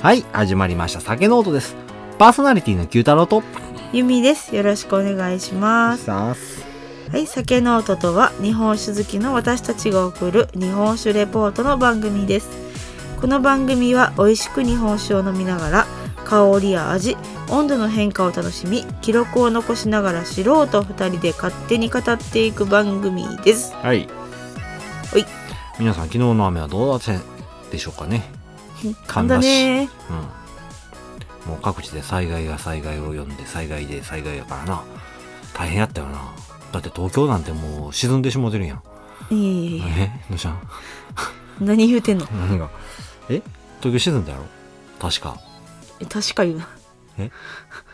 はい、始まりました。酒ノートです。パーソナリティの九太郎と、ゆみです。よろしくお願いします。さす。はい、酒ノートとは日本酒好きの私たちが送る日本酒レポートの番組です。この番組は美味しく日本酒を飲みながら香りや味、温度の変化を楽しみ、記録を残しながら素人2人で勝手に語っていく番組です。はい。はい。皆さん、昨日の雨はどうだったでしょうかね。んだね。うん。もう各地で災害が災害を呼んで、災害で災害やからな。大変やったよな。だって東京なんてもう沈んでしもてるやん。いえいえいええどうしたん何言うてんの何がえ東京沈んだやろ確か。え確か言うな。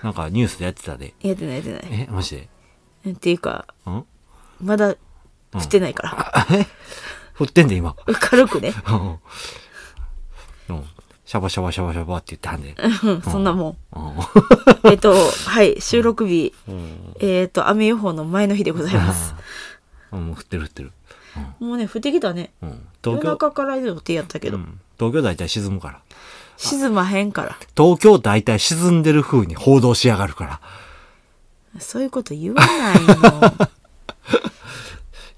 なんかニュースでやってたで。やってないやってない。えマジでえっていうか、ん降まだ降ってないから。ってんで今。軽くね。うんうん。シャバシャバシャバシャバって言ってはんで。うん、そんなもん。う えっと、はい、収録日、ん。えっと、雨予報の前の日でございます。うん。もう降ってる降ってる。もうね、降ってきたね。うん。うん東夜京、中から予定やったけうど、ん、東京大体沈むから。沈まへんから。東京大体沈んでる風に報道しやがるから。そういうこと言わない の。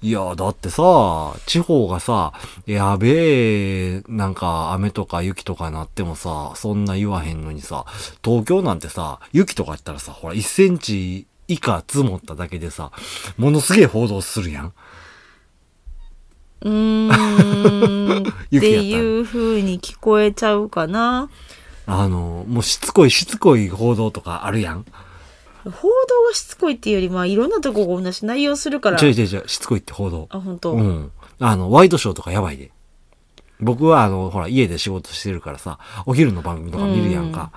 いや、だってさ、地方がさ、やべえ、なんか雨とか雪とかなってもさ、そんな言わへんのにさ、東京なんてさ、雪とかやったらさ、ほら、1センチ以下積もっただけでさ、ものすげえ報道するやん。うーん、っ雪やったらていう風に聞こえちゃうかな。あの、もうしつこいしつこい報道とかあるやん。報道がしつこいっていうより、まあ、いろんなとこが同じ内容するからちょ。いちょいちょい、しつこいって報道。あ、本う当。ん。あの、ワイドショーとかやばいで。僕は、あの、ほら、家で仕事してるからさ、お昼の番組とか見るやんか。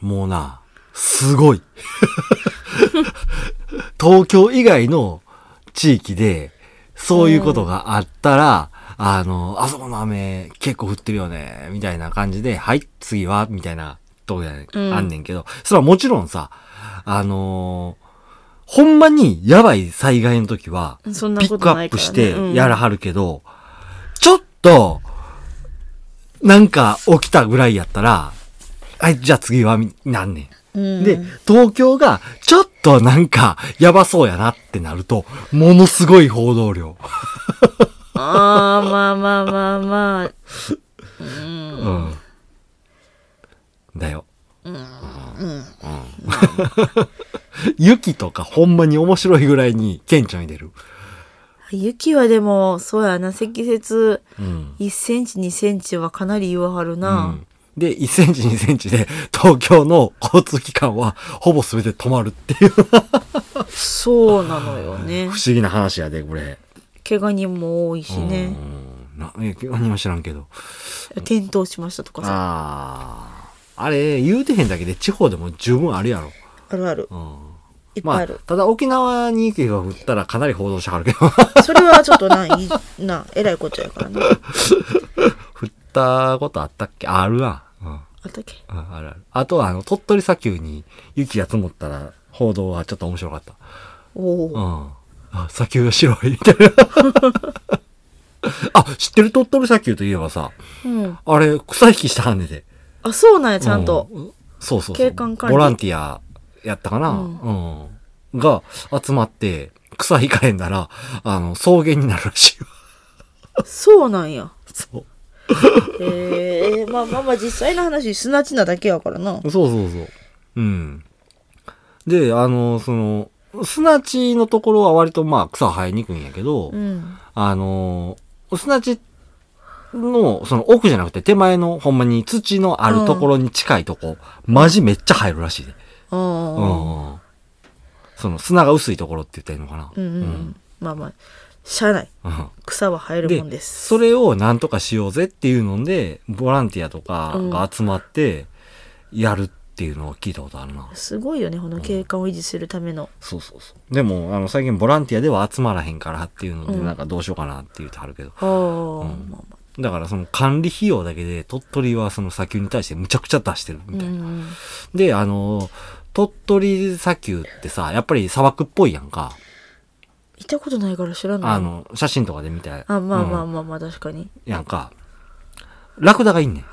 もうな、すごい。 東京以外の地域で、そういうことがあったら、あの、あそこの雨結構降ってるよね、みたいな感じで、はい、次は、みたいなとこやね、うんあんねんけど、それはもちろんさ、あのーほんまにやばい災害の時は、そんなピこックとアないップから、ね。してうんやらはるけど、ちょっと、なんか起きたぐらいやったら、はい、じゃあ次はみ、なんねうんん。で、東京が、ちょっとなんか、やばそうやなってなると、ものすごい報道量。あーまあまあまあまあ。う ん。だよ。うん。 雪とかほんまに面白いぐらいに顕著に出る。雪はでも、そうやな、積雪。うん。 1センチ2センチはかなり言わはるうな、んで、1センチ、2センチで、東京の交通機関は、ほぼ全て止まるっていう、不そうなのよね 思議な話やで、これ。怪我人も多いしねうん。な、いや、何も知らんけど。転倒しましたとかさああ。あれ、言うてへんだけで、地方でも十分あるやろ。あるあるうん。いっぱいまああ、る、ただ沖縄に雪が降ったらかなり報道してはるけど、 それはちょっとないなえらいことやか らなあ降ったことあったっけあるわ。うん。ったっけああるある。あとは、あの、鳥取砂丘に雪が積もったら、報道はちょっと面白かった。おうお、ん。あ、砂丘が白いみたいな。 あ、知ってる鳥取砂丘といえばさ、うん、あれ、草引きしたはんねんで。あそうなんやちゃんと、うんそうそうそう。景観管理ボランティアやったかな、う、うんが集まって、草引かへんなら、あの、草原になるらしいわ。 そうなんやそう。えー、まあまあまあ実際の話砂地なだけやからなそうそうそう。うん。で、あの、その、砂地のところは割とまあ草生えにくいんやけど、うんあの、砂地の、その奥じゃなくて手前のほんまに土のあるところに近いとこ、マジめっちゃ入るらしいで。あうあんうん。その砂が薄いところって言ったらいいのかな。うんうん、うん、まあまあしゃあないうん草は生えるもんですそれをなんとかしようぜっていうので、ボランティアとかが集まってやるっていうのを聞いたことあるな。すごいよねこの景観を維持するためのそうそうそう。でも、あの、最近ボランティアでは集まらへんからっていうので、うんなんかどうしようかなって言うてはるけど。ああ、まあまだからその管理費用だけで、鳥取はその砂丘に対してむちゃくちゃ出してるみあ、たういな。ん、で、あの、鳥取砂丘ってさ、やっぱり砂漠っぽいやんか。行ったことないから知らないあの、写真とかで見たあまあまあうんまあまあ確かにやんか。ラクダがいんねん。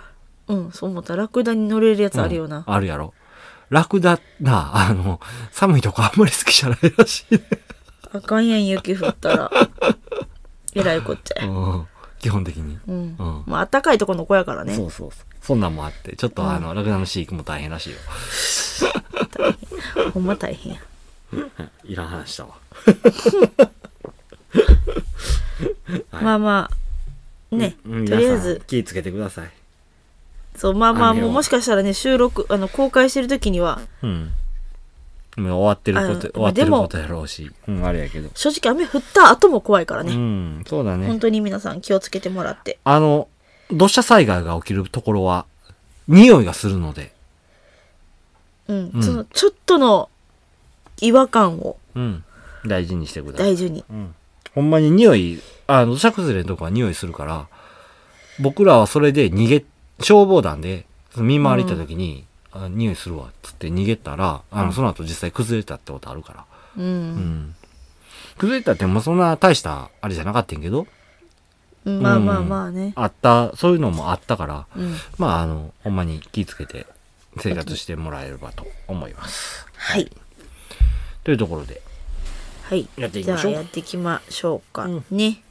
うんそう思ったラクダに乗れるやつあるような、んあるやろ。ラクダな、あの、寒いとこあんまり好きじゃないらしいね。あかんやん雪降ったら えらいこっちゃ やうん基本的に。うん、うんまあ暖かいとこの子やからねそうそうそう。そんなんもあって、ちょっとあの、ラクダの飼育も大変らしいよ。ほんま大変やいらん話したわ。はいまあまあね、うんとりあえず皆さん気ぃつけてください。そうまあまあ雨をもうもしかしたらね収録あの公開してる時にはうん。もう終わってること、あ終わってでるもことやろうし。うん、あれやけど。正直雨降った後も怖いからうね、ん、そうだね本。当に皆さん気をつけてもらってあの、土砂災害が起きるところは、匂いがするので。うん、うんそのちょっとの違和感をうん。大事にしてください。大事にうん。ほんまに匂い、あの、土砂崩れのとこは匂いするから、僕らはそれで逃げ、消防団で、その見回り行った時に、あ匂いするわ、つって逃げたら、あの、その後実際崩れたってことあるから。うん、うん。崩れたってもうそんな大したあれじゃなかったんやけど、うんまあまあまあね、あった、そういうのもあったから、うんまあ、あの、ほんまに気ぃつけて生活してもらえればと思います。はいというところで。はいやっていきじまゃしあょうやっていきましょうか、うんね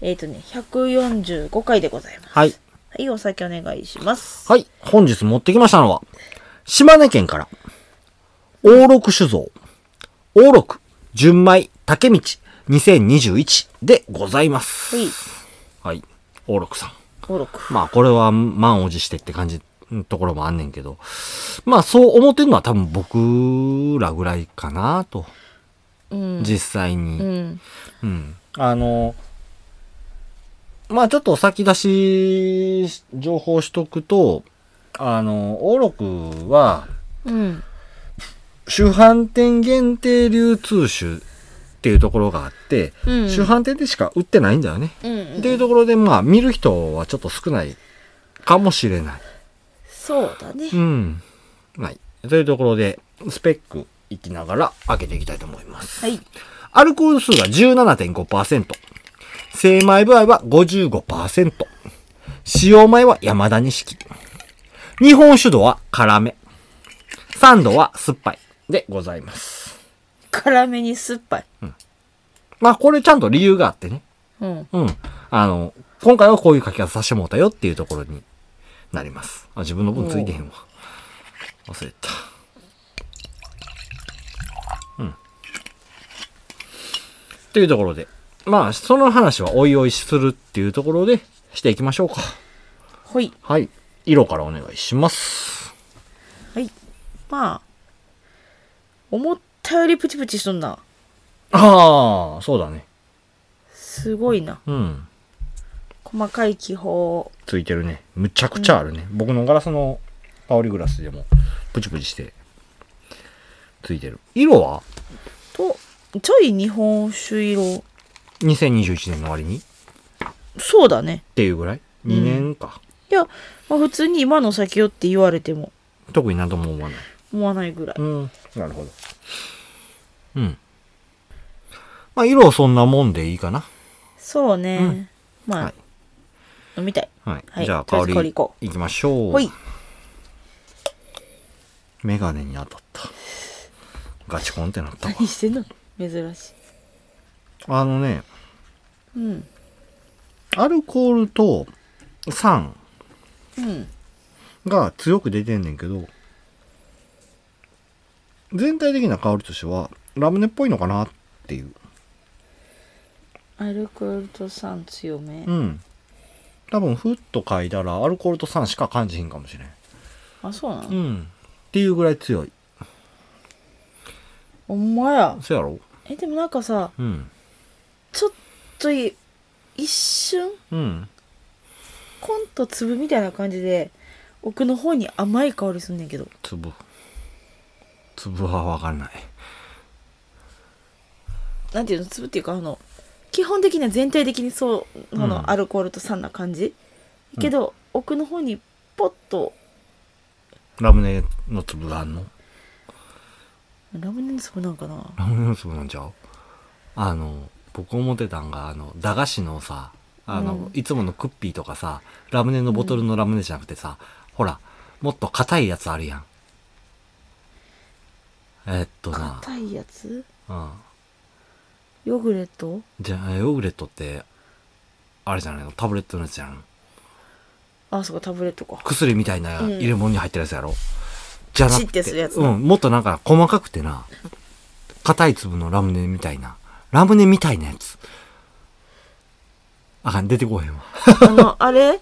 えっ、とね145回でございますはい。はいお酒お願いしますはい。本日持ってきましたのは、島根県から、王六酒造、王六純米竹道2021でございます。はいはい。王六さん。登録まあ、これは満を持してって感じ、のところもあんねんけど、まあ、そう思ってるのは多分僕らぐらいかなと、うん実際に。うんうん。あの、まあちょっとお先出し、情報しとくと、あの、オロクは、うん主販店限定流通酒っていうところがあって、うん主販店でしか売ってないんだよね。うんっていうところで、まあ見る人はちょっと少ないかもしれない。そうだねうん。はい。というところで、スペックいきながら開けていきたいと思います。はいアルコール数が17.5%。精米部合は55%。使用米は山田錦。日本酒度は辛め。酸度は酸っぱい。でございます。辛めに酸っぱいまあこれちゃんと理由があってね。うんうん。あの、今回はこういう書き方させてもらったよっていうところになります。あ、自分の分ついてへんわ。忘れた。うん。というところで。まあ、その話はおいおいするっていうところでしていきましょうか。ほいはい。色からお願いします。はいまあ思ったよりプチプチしとんなああ、そうだね。すごいなうん。細かい気泡ついてるね。むちゃくちゃあるね。僕のガラスの香りグラスでもプチプチしてついてる。色はとちょい日本酒色2021年の終わりにっそうだねていうぐらいん ?2 年か、いや、まあ、普通に今の先よって言われても特になんとも思わない。思わないぐらいん。なるほど。うん。まあ、色はそんなもんでいいかな。そうね、うんまあ、はい飲みたいはい。はいじゃあ、と香りあえずり香りいこいきましょう。ほいメガネに当たった。ガチコンってなったわ。何してんの珍しあのね、いうんアルコールと酸うんが強く出てんねんけど、全体的な香りとしては、ラムネっぽいのかなっていう。アルコールと酸強め、うん。多分、ふっと嗅いだら、アルコールと酸しか感じひんかもしれん。あそうなの、ん。っていうぐらい強い。ほんまやそやろえでもなんかさうん。ちょっとい一瞬うん。コンと粒みたいな感じで奥の方に甘い香りすんねんけど粒。粒はわかんない。なんていうの粒っていうかあの基本的には全体的にそうあうの、んアルコールと酸な感じやけど、奥の方にポッとラムネの粒があんのラムネの粒なんかなラムネの粒なんちゃうあの、僕思ってたんが、あの、駄菓子のさ、あの、うんいつものクッピーとかさ、ラムネのボトルのラムネじゃなくてさ、ほら、もっと硬いやつあるやん。えっとな、硬いやつうん。ヨーグレットじゃあ、ヨーグレットって、あれじゃないのタブレットのやつじゃん。あそうかタブレットか 薬みたいなうん入れ物に入ってるやつやろ、じゃなくチッてするやつうん、もっとなんか細かくてな、硬い粒のラムネみたいな、ラムネみたいなやつ。あかん、出てこへんわ。あのあれ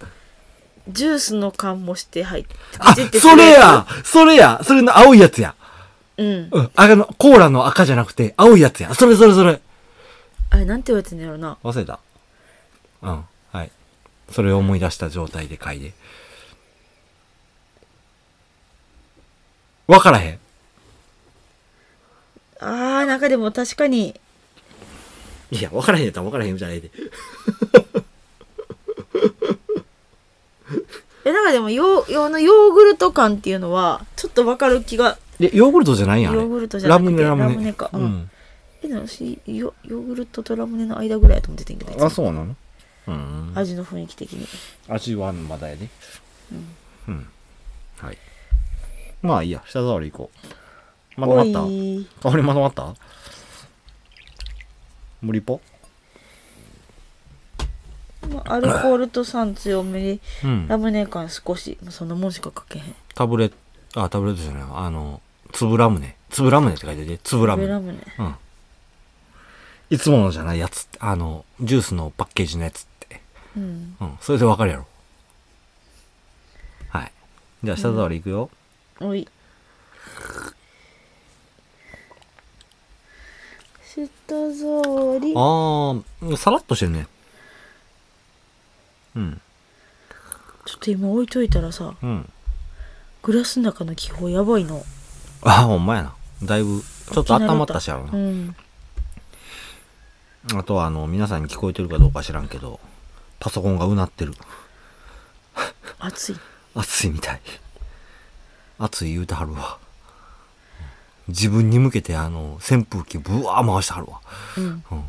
ジュースの缶もして入ってあ、口ってそれやそれやそれの青いやつやうんうん、あの、コーラの赤じゃなくて、青いやつやそれそれそれあれなんて言われてんのやろな忘れた。うん、はい。それを思い出した状態で嗅いで。わからへん。あーなんかでも確かにいや、分からへんやったら分からへんじゃないで。えなんかでもヨーあのヨーグルト感っていうのはちょっとわかる気がで、ヨーグルトじゃないやんあれ。ヨーグルトじゃなくてラムネ、ラムネ。ラムネかううんん。えでも私ヨヨーグルトとラムネの間ぐらいやと思っててんけどいつもあ、そうなのうん。味の雰囲気的に味はまだやね。うん。はい。まあいいや、舌触りいこう。まとまったおい香りまとまった無理ぽまあアルコールと酸強めにうんラ。ムネ感少しまあそんなもんしか書けへんタブレット、あ、タブレットじゃないあの、粒ラムネ。粒ラムネって書いてて、粒ラム上ネラ。ムネうん。いつものじゃないやつって、あの、ジュースのパッケージのやつって。うんうん、それでわかるやろ。はい。じゃあ、舌触りいくよ。おい舌触りあー、さらっとしてるね。うん、ちょっと今置いといたらさうん。グラスの中の気泡やばいのあー、ほんまやな。だいぶ、ちょっと温まったしやろうな。んあとは、あの、皆さんに聞こえてるかどうか知らんけど、パソコンがうなってる。熱い熱いみたい。熱い言うてはるわ。自分に向けて、あの、扇風機ぶわー回してはるわ。うんうん。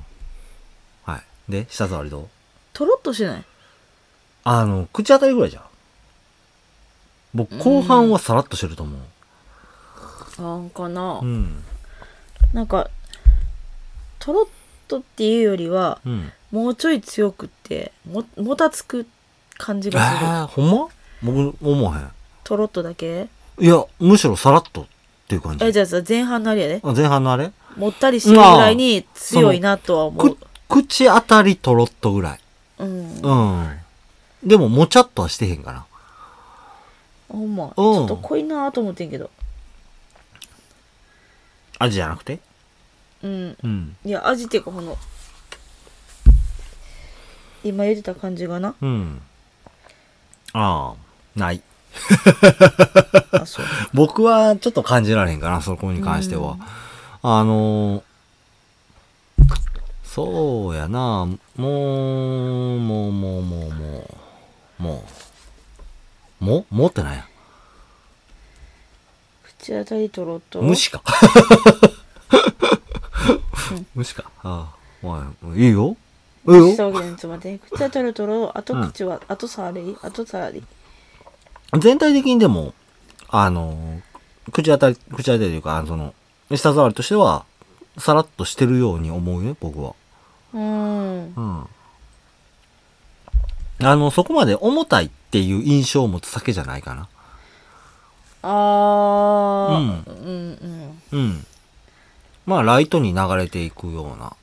はい。で、舌触りどうとろっとしてないあの、口当たりぐらいじゃん。僕、後半はさらっとしてると思う。なんかなうん。なんかとろっとっていうよりはうん。もうちょい強くってももたつく感じええがするー、ほんま僕、思わとろっとだけへん。いや、むしろさらっとっていう感じ。えじゃあさ前半のあれやで、あ前半のあれもったりしてるぐらいに強いなとは思くう、口当たりとろっとぐらい。うん、うん。でも、もちゃっとはしてへんかな。ほんまちょっと濃いなと思ってんけど味じゃなくてうんうん。いや味っていうかこの今言ってた感じが なうん。ああ、ない。あそう僕はちょっと感じられへんかな、そこに関しては。あのーそうやな、もう、もう、もう、もう、もう、もう、もう、もうってなんや。口当たりとろっと虫か。虫か。ああ、おい、いいよ。いい虫よした。わけないちょっと待って口当たりとろあと口は、あとさあれあとさあれ全体的にでも、あの、口当たり、口当たりというか、あのその、舌触りとしては、さらっとしてるように思うよ、僕は。うんうん。あの、そこまで重たいっていう印象を持つ酒じゃないかな。あー、うん、うんうん。まあ、ライトに流れていくような。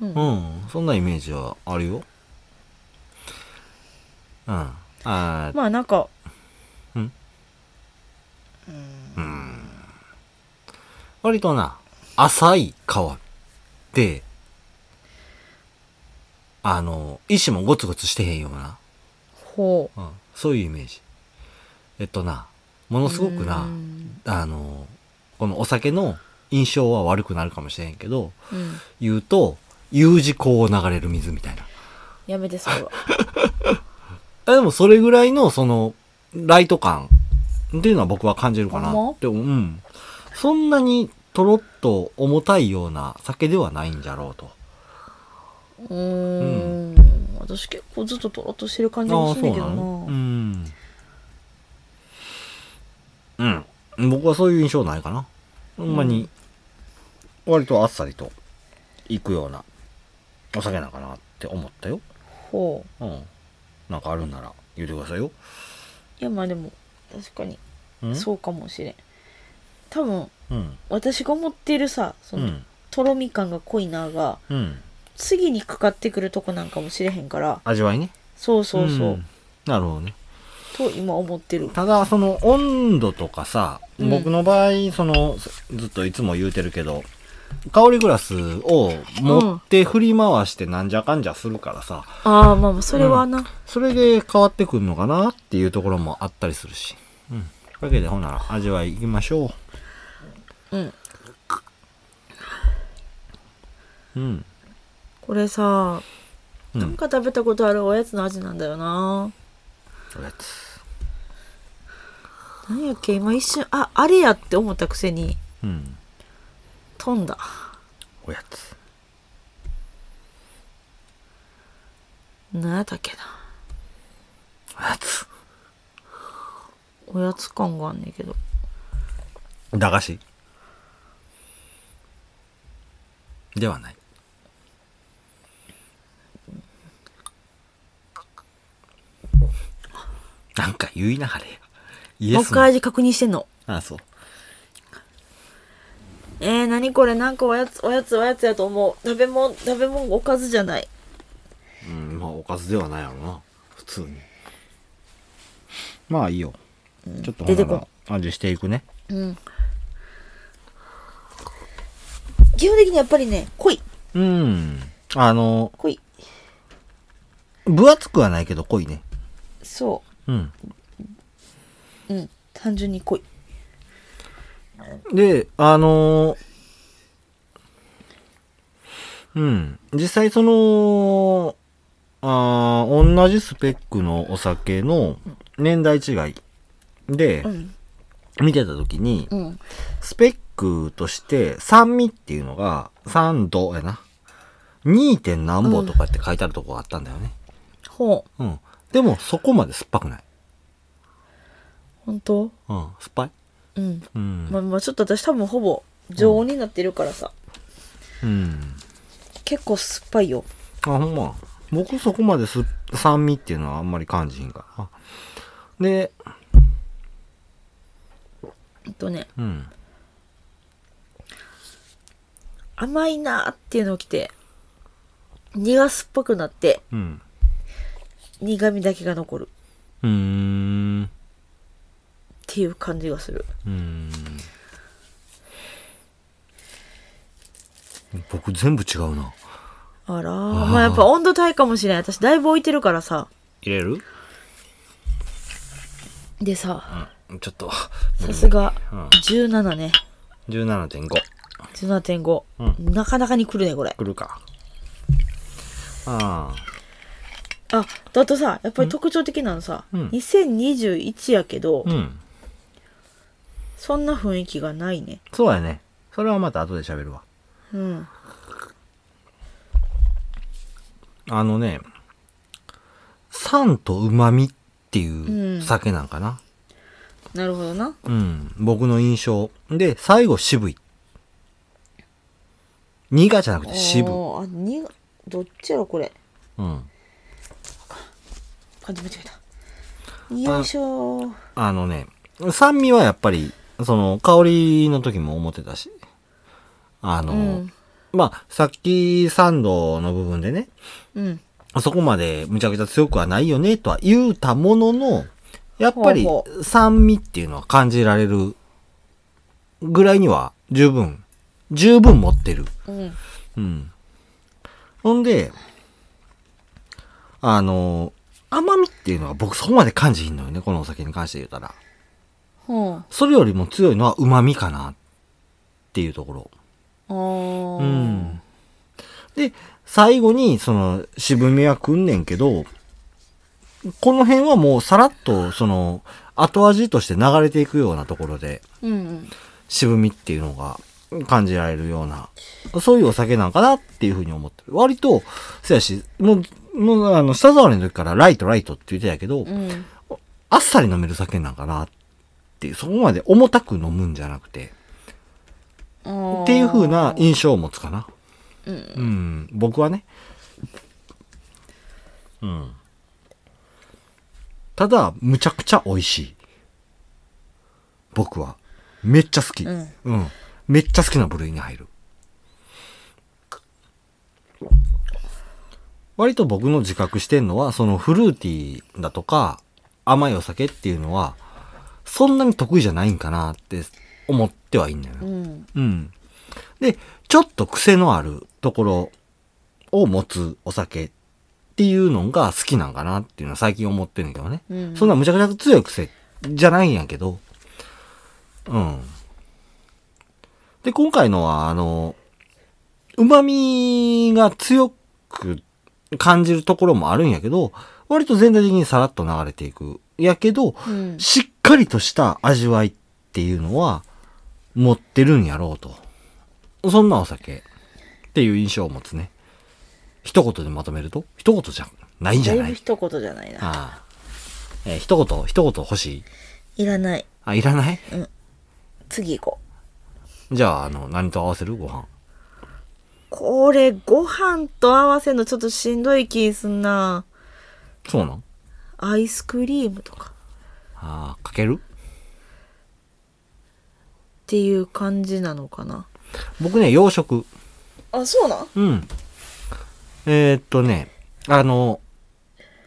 うんうん。そんなイメージはあるよ。うん。あーまあなんか割とな、浅い川で、あの、石もゴツゴツしてへんような、ほううん、そういうイメージ。えっとな、ものすごくな、うんあの、このお酒の印象は悪くなるかもしれへんけど、うん言うと、U 字港を流れる水みたいな。やめて それはえでもそれぐらいの、その、ライト感っていうのは僕は感じるかなほんまって思う。うん。そんなにとろっと重たいような酒ではないんじゃろうと。ううーん私結構ずっととろっとしてる感じあがあすそるんだうけなどなのうん、うん、僕はそういう印象ないかなほんまに割とあっさりといくようなお酒なんかなって思ったよほううんなんかあるんなら言ってくださいよいやまあでも確かにうんそうかもしれん多分うん私が思ってるさそうの、んとろみ感が濃いながうん次にかかってくるとこなんかもしれへんから味わいねそうそうそう、んなるほどねと今思ってるただその温度とかさ、うん僕の場合そのずずっといつも言うてるけど香りグラスを持って振り回してなんじゃかんじゃするからさ、ああまあまあそれはな、それで変わってくるのかなっていうところもあったりするし。うん。というわけで、ほんなら味わい行きましょうんう。うん。これさ、うんなんか食べたことあるおやつの味なんだよなおやつ。何やっけ今一瞬ああれやって思ったくせにうん。飛んだおやつ。何やったっけなおやつ。おやつ感があんねんけど駄菓子ではない。なんか言いなはれや。イもうエ一ス回の。味確認してんのあ、そう。えー、何これなんかおやつおやつおやつやと思う食べ物食べ物おかずじゃないうん、まあおかずではないやろな。普通に。まあいいよ。ちょっと出てほんなら味していくね。うん基本的にやっぱりね濃いうん。あの、濃い分厚くはないけど濃いね。そうん。ううん単純に濃いで、あのうん。実際その、あー同じスペックのお酒の年代違いでうん見てた時に、うんスペックとして酸味っていうのが3度やな。2. 点何本とかって書いてあるとこがあったんだよね。ほううん。でもそこまで酸っぱくない。本当うん。酸っぱいうんうん。まあまあちょっと私多分ほぼ常温になってるからさ、うん。結構酸っぱいよあ、ほんま。僕そこまです酸味っていうのはあんまり感じひんからな。で、えっとねうん。甘いなーっていうのが来て苦が酸っぱくなってうん。苦味だけが残るうーん。っていう感じがするうーん。僕全部違うな。あらーまあやっぱ温度帯かもしれない私だいぶ置いてるからさ入れるでさうん。ちょっと。さすがうん17ね17.5。 17.5、なかなかに来るねこれ来るか。ああ。あだとさやっぱり特徴的なのさ、うん2021やけど、うん。そんな雰囲気がないねそうやね。それはまた後で喋るわ。うんあのね、酸と旨味っていうんう酒なんかな。なるほどなうん、僕の印象。で、最後渋い。苦じゃなくて渋。おーあにどっちやろこれうん。感じ間違えたよいしょーあのね、酸味はやっぱり、その、香りの時も思ってたし。あの、うんまあ、さっき酸度の部分でね、うんそこまでむちゃくちゃ強くはないよね、とは言うたものの、やっぱりほう酸味っていうのは感じられるぐらいには十分、十分持ってる。うんうん。ほんで、あの、甘みっていうのは僕そこまで感じひんのよね、このお酒に関して言うたら。ほうあそれよりも強いのは旨味かなっていうところ。ーうん。で、最後に、その、渋みはくんねんけど、この辺はもうさらっと、その、後味として流れていくようなところで、うんうん渋みっていうのが感じられるような、そういうお酒なんかなっていうふうに思ってる。割と、せやし、もう、もうあの、舌触りの時からライトライトって言ってたけど、うん。あっさり飲める酒なんかなっていう、そこまで重たく飲むんじゃなくて、っっていう風な印象を持つかな。うん僕はね。うん。ただ、むちゃくちゃ美味しい。僕は。めっちゃ好き。うんうん、めっちゃ好きな部類に入る。割と僕の自覚してんのは、そのフルーティーだとか、甘いお酒っていうのは、そんなに得意じゃないんかなって思ってはいいんだよね。うん。うん。で、ちょっと癖のあるところを持つお酒っていうのが好きなんかなっていうのは最近思ってるんだけどね。うんそんなむちゃくちゃ強い癖じゃないんやけど。うん。で、今回のは、あの、旨味が強く感じるところもあるんやけど、割と全体的にさらっと流れていく。やけど、うん。しっかりとした味わいっていうのは持ってるんやろうと。そんなお酒っていう印象を持つね。一言でまとめると一言じゃないんじだゃいなぶい一言じゃないな。ああ、えー一言、一言欲しいいらない。あ、いらない次行こう。じゃあ、あの、何と合わせるご飯。これ、ご飯と合わせるのちょっとしんどい気すんな。そうなんアイスクリームとかああ、かけるっていう感じなのかな。僕ね、洋食。あ、そうなんうん。えー、っとね、あの、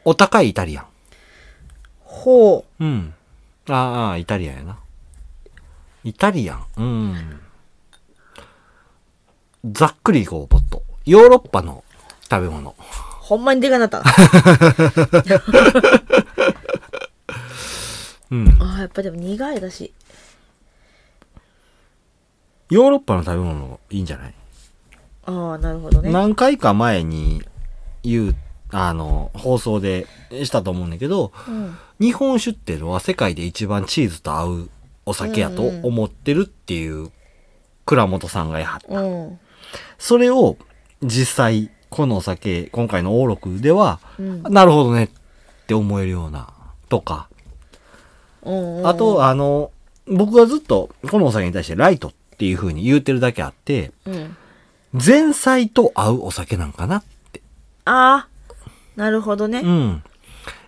お高いイタリアン。ほう。うん。ああ、イタリアンやな。イタリアン。うん。ざっくりいこう、ポット。ヨーロッパの食べ物。ほんまにでかなった。うん。あ、やっぱでも苦いだし。ヨーロッパの食べ物いいんじゃない、ああ、なるほどね。何回か前に言う、あの、放送でしたと思うんだけど、うん。日本酒っていうのは世界で一番チーズと合うお酒やと思ってるっていう倉本さんがやはっうん。それを実際、このお酒、今回のオーロクでは、うんなるほどねって思えるような、とか。うんうん。あと、あの、僕はずっとこのお酒に対してライトっていう風に言うてるだけあって、うん。前菜と合うお酒なんかなって。ああ、なるほどねう。ん。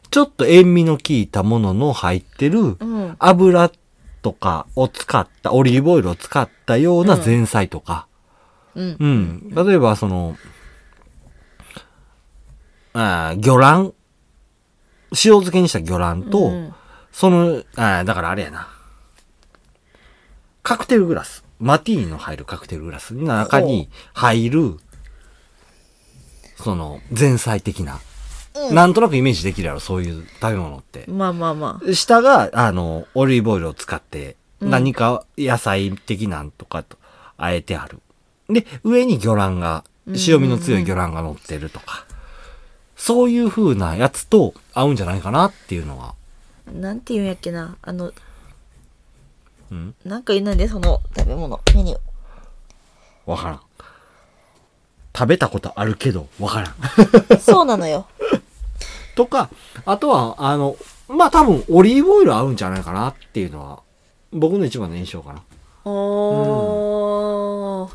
ちょっと塩味の効いたものの入ってるうん。油とかを使った、オリーブオイルを使ったような前菜とか。うん。うん。例えば、その、あー魚卵。塩漬けにした魚卵と、うんその、あーだからあれやな。カクテルグラス。マティーニの入るカクテルグラスの中に入る、その、前菜的な。なんとなくイメージできるやろ、そういう食べ物って。まあまあまあ。下が、あの、オリーブオイルを使って、何か野菜的なんとかと、あえてある。で、上に魚卵が、塩味の強い魚卵が乗ってるとか、そういう風なやつと合うんじゃないかなっていうのは。なんて言うんやっけな。あの、うんなんか言うなんで、その食べ物、メニュー。わからん。食べたことあるけど、わからん。 そうなのよ。とか、あとは、あの、まあ、多分、オリーブオイル合うんじゃないかなっていうのは、僕の一番の印象かな。お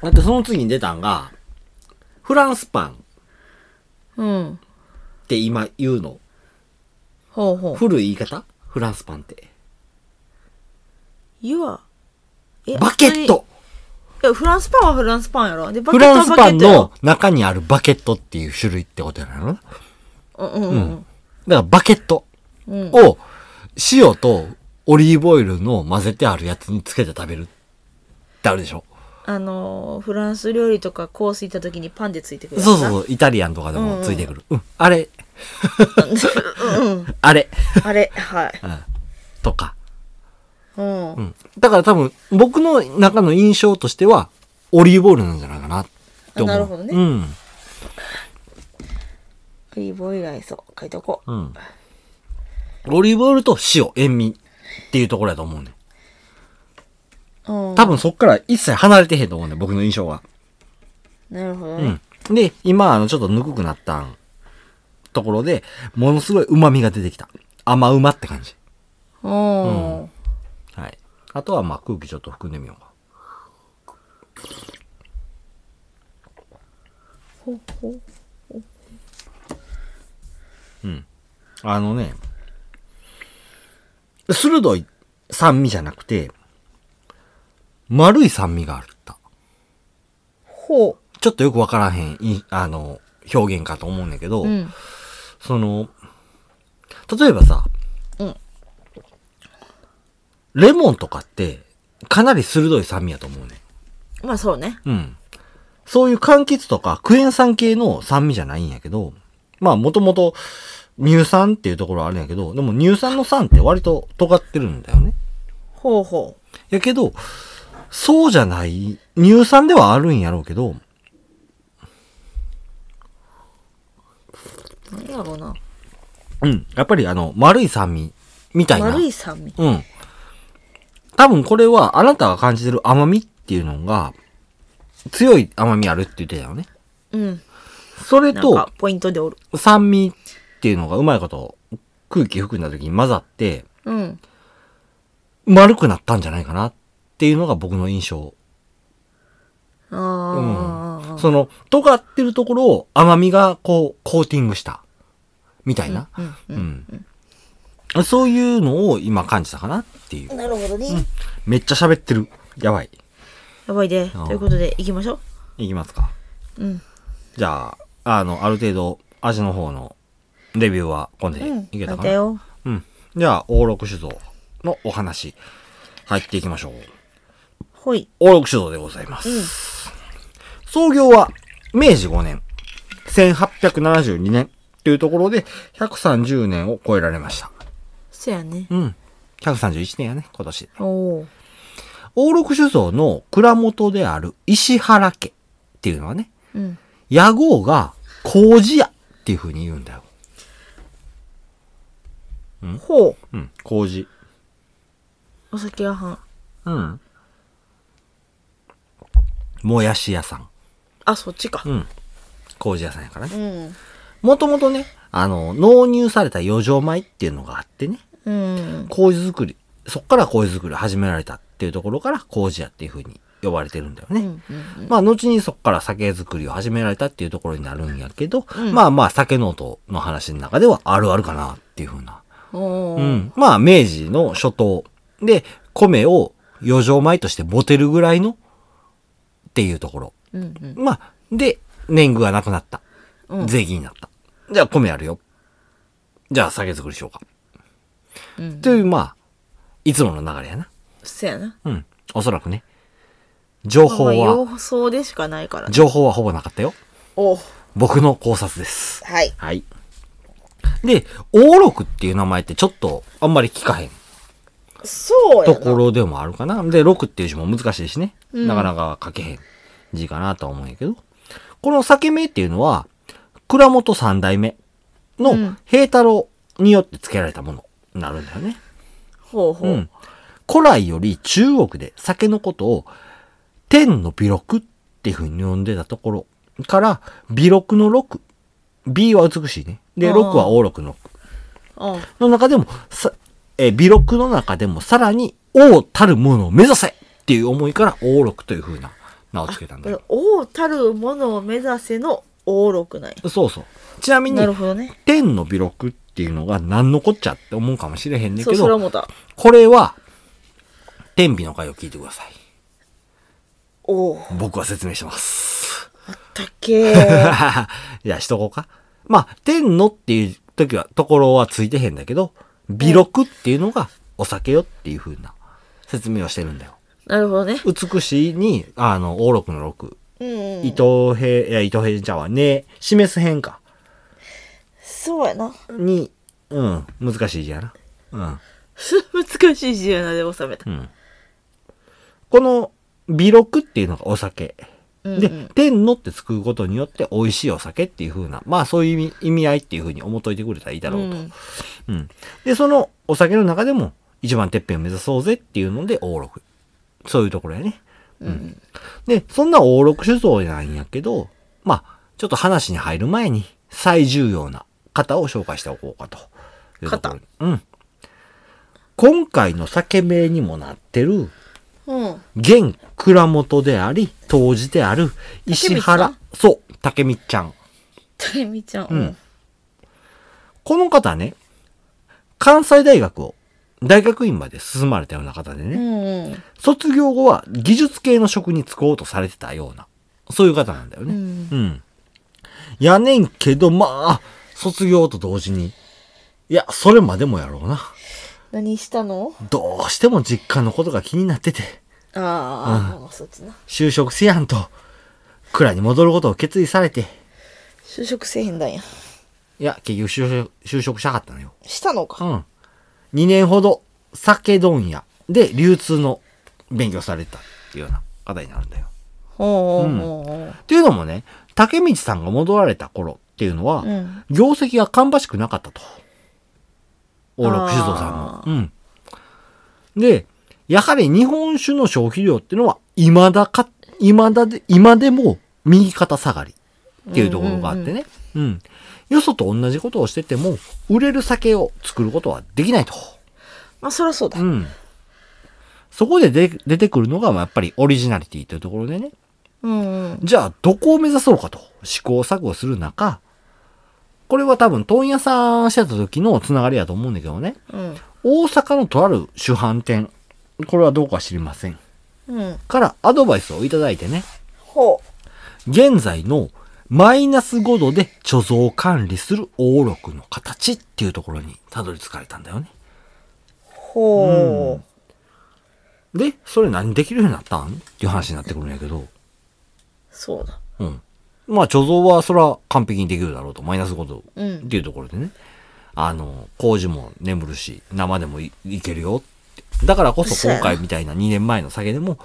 ー。だってその次に出たんが、フランスパンうん。って今言うの。ほうほう。古い言い方フランスパンって。湯は、えバケッ。ト普通にいや、フランスパンはフランスパンやろ。で、バフケットラはンスバパケンットやろの中にあるバケットっていう種類ってことなのだかうんうんらバケットうん。うん。を塩とオリーブオイルの混ぜてあるやつにつけて食べるってあるでしょあのー、フランス料理とかコース行った時にパンでついてくるやつそな。うそうそう、イタリアンとかでもついてくる。うん、あれ、うんうん。 あれ、あれ、はい。とか。うん。うん。だから多分、僕の中の印象としては、オリーブオイルなんじゃないかなって思う。あなるほどねうん。オリーブオイル合いそう。書いとこう。うん。オリーブオイルと塩、塩味っていうところやと思うね。多多分そっから一切離れてへんと思うねん僕の印象は。なるほどうねん。で、今、あの、ちょっとぬくくなったんところで、ものすごい旨味が出てきた。甘うまって感じ。おおはい。あとは、まあ、空気ちょっと含んでみようか。ほほあのね、鋭い酸味じゃなくて、丸い酸味があった。ほちょっとよくわからへん、いあの、表現かと思うんだけど、うんその、例えばさ、うんレモンとかって、かなり鋭い酸味やと思うね。まあそうねうん。そういう柑橘とかクエン酸系の酸味じゃないんやけど、まあもともと乳酸っていうところはあるんやけど、でも乳酸の酸って割と尖ってるんだよね。ほうほうやけど、そうじゃない、乳酸ではあるんやろうけど、何やろうなうん。やっぱりあの、丸い酸味みたいな。丸い酸味うん。多分これはあなたが感じてる甘みっていうのが、強い甘みあるって言ってたよね。うんそれなんとか、ポイントでおる酸味っていうのがうまいこと空気含んだ時に混ざって、うん丸くなったんじゃないかなっていうのが僕の印象。あーその、尖ってるところを甘みがこう、コーティングした。みたいな。うんううんん。そういうのを今感じたかなっていう。なるほどねめっちゃ喋ってる。やばい。やばいであーということで行きましょいきますか。ううんじゃあ、あの、ある程度、味の方のレビューは今でうんいけた入かったな。ようん。じゃあ、王六酒造のお話、入っていきましょう。ほい王六酒造でございます。創業は、明治5年、1872年というところで、130年を超えられました。そやねうん。131年やね、今年。おお王六酒造の蔵元である石原家っていうのはね、うん屋号が麹屋っていう風に言うんだよ。ほううん、麹。お酒屋はんうん。もやし屋さん。あそっちかうん。麹屋さんやからね。うんもともとね、あの、納入された余剰米っていうのがあってね、うん麹作り、そっから麹作り始められたっていうところから麹屋っていう風に呼ばれてるんだよね。うんうんまあ、後にそこから酒造りを始められたっていうところになるんやけど、うんまあまあ、酒の音の話の中ではあるあるかなっていう風な。おおうん。まあ、明治の初頭で、米を余剰米としてボテるぐらいのっていうところ。うんうんまあ、で、年貢がなくなった。うん税金になった。じゃあ、米あるよ。じゃあ、酒造りしようか。うんという、まあ、いつもの流れやな。そやなうん。おそらくね。情報まあは、要素でしかないからね情報はほぼなかったよ。お僕の考察です。はいはい。で、王六っていう名前ってちょっとあんまり聞かへんそうやとなころでもあるかな。で、六っていう字も難しいしね。うんなかなか書けへん字かなとは思うんやけど。この裂け目っていうのは、倉本三代目うのん平太郎によって付けられたものになるんだよね。ほうほうう、ん。古来より中国で酒のことを天の美録っていう風に呼んでたところから、美録の六。B は美しいね。で、あー六は王六のあの中でも、さ、えー、美録の中でもさらに王たるものを目指せっていう思いから王録という風な名を付けたんだよ。王たるものを目指せの王六なんやそうそう。ちなみにな、るほどね天の美録っていうのが何のこっちゃって思うかもしれへんねんそけうそれはど、思ったこれは、天美の会を聞いてください。 おお僕は説明します。たけ いや、しとこうか。まあ、天のっていう時は、ところはついてへんだけど、美録っていうのがお酒よっていう風な説明をしてるんだよ。なるほどね美しいに、あの、王六の六。うん、う伊ん、藤平、いや、伊藤平ちゃんはね、示す変か。そうやな に、うん、難しい字やな。うん。難しい字やなで収めたうん。この、美録っていうのがお酒。うんうでん、天のってつくことによって美味しいお酒っていう風な、まあそういう意味意味合いっていう風に思っといてくれたらいいだろうと。うんうん。で、そのお酒の中でも一番てっぺんを目指そうぜっていうので、王六。そういうところやね。うん。で、そんな王六酒造なんやけど、まあ、ちょっと話に入る前に、最重要な方を紹介しておこうかというところ。うん。今回の酒名にもなってる、うん。現蔵元であり、当時である、石原竹、そう、竹みっちゃん。たけみちゃん。うん。この方ね、関西大学を、大学院まで進まれたような方でうね、んうん。卒業後は技術系の職に就こうとされてたような、そういう方なんだようね。ん。うん。やねんけど、まあ、卒業と同時に、いや、それまでもやろうな。何したのどうしても実家のことが気になってて、ああ、そっちな。就職せやんと、蔵に戻ることを決意されて、就職せえへんだんや。いや、結局就職、就職したかったのよ。したのうか。ん。2年ほど、酒問屋で流通の勉強されたっていうような方になるんだよ。ほうほうほうっていうのもね、竹道さんが戻られた頃っていうのは、うん業績が芳しくなかったと。大六酒造さんの。うん。で、やはり日本酒の消費量っていうのは、未だか、未だで、今でも右肩下がりっていうところがあってね。うんよそと同じことをしてても、売れる酒を作ることはできないと。まあ、そらそうだう。ん。そこでで出てくるのが、まあやっぱりオリジナリティというところでね。うんうん。じゃあ、どこを目指そうかと試行錯誤する中、これは多分、問屋さんしてた時のつながりやと思うんだけどね。うん。大阪のとある主販店、これはどうか知りません。うん。からアドバイスをいただいてね、ほ現在のマイナス5度で貯蔵管理する王六の形っていうところにたどり着かれたんだよね。う。ほう。で、それ何できるようになったんっていう話になってくるんやけど。そうだ。うん。まあ、貯蔵はそれは完璧にできるだろうと、マイナス5度うんっていうところでね。あの、工事も眠るし、生でもいいけるよって。だからこそそうや今な回みたいな2年前の酒でも、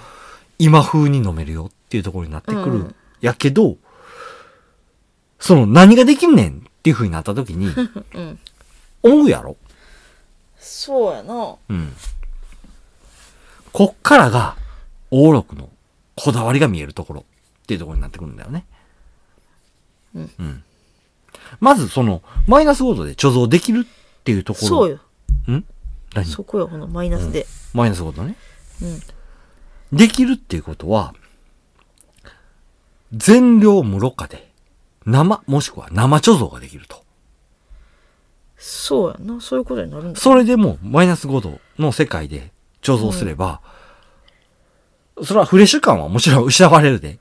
今風に飲めるよっていうところになってくる。うんやけど、その何ができんねんっていう風になった時に、 うん。思うやろそうやな。うん。こっからが、王六のこだわりが見えるところっていうところになってくるんだよね。うんうん。まず、その、マイナス5度で貯蔵できるっていうところ。そうよ。ん何そこよ、このマイナスで。マイナス5度ね。うん。できるっていうことは、全量無ろ過で、生、もしくは生貯蔵ができると。そうやな。そういうことになるんだ。それでもマイナス5度の世界で貯蔵すれば、それはフレッシュ感はもちろん失われるで。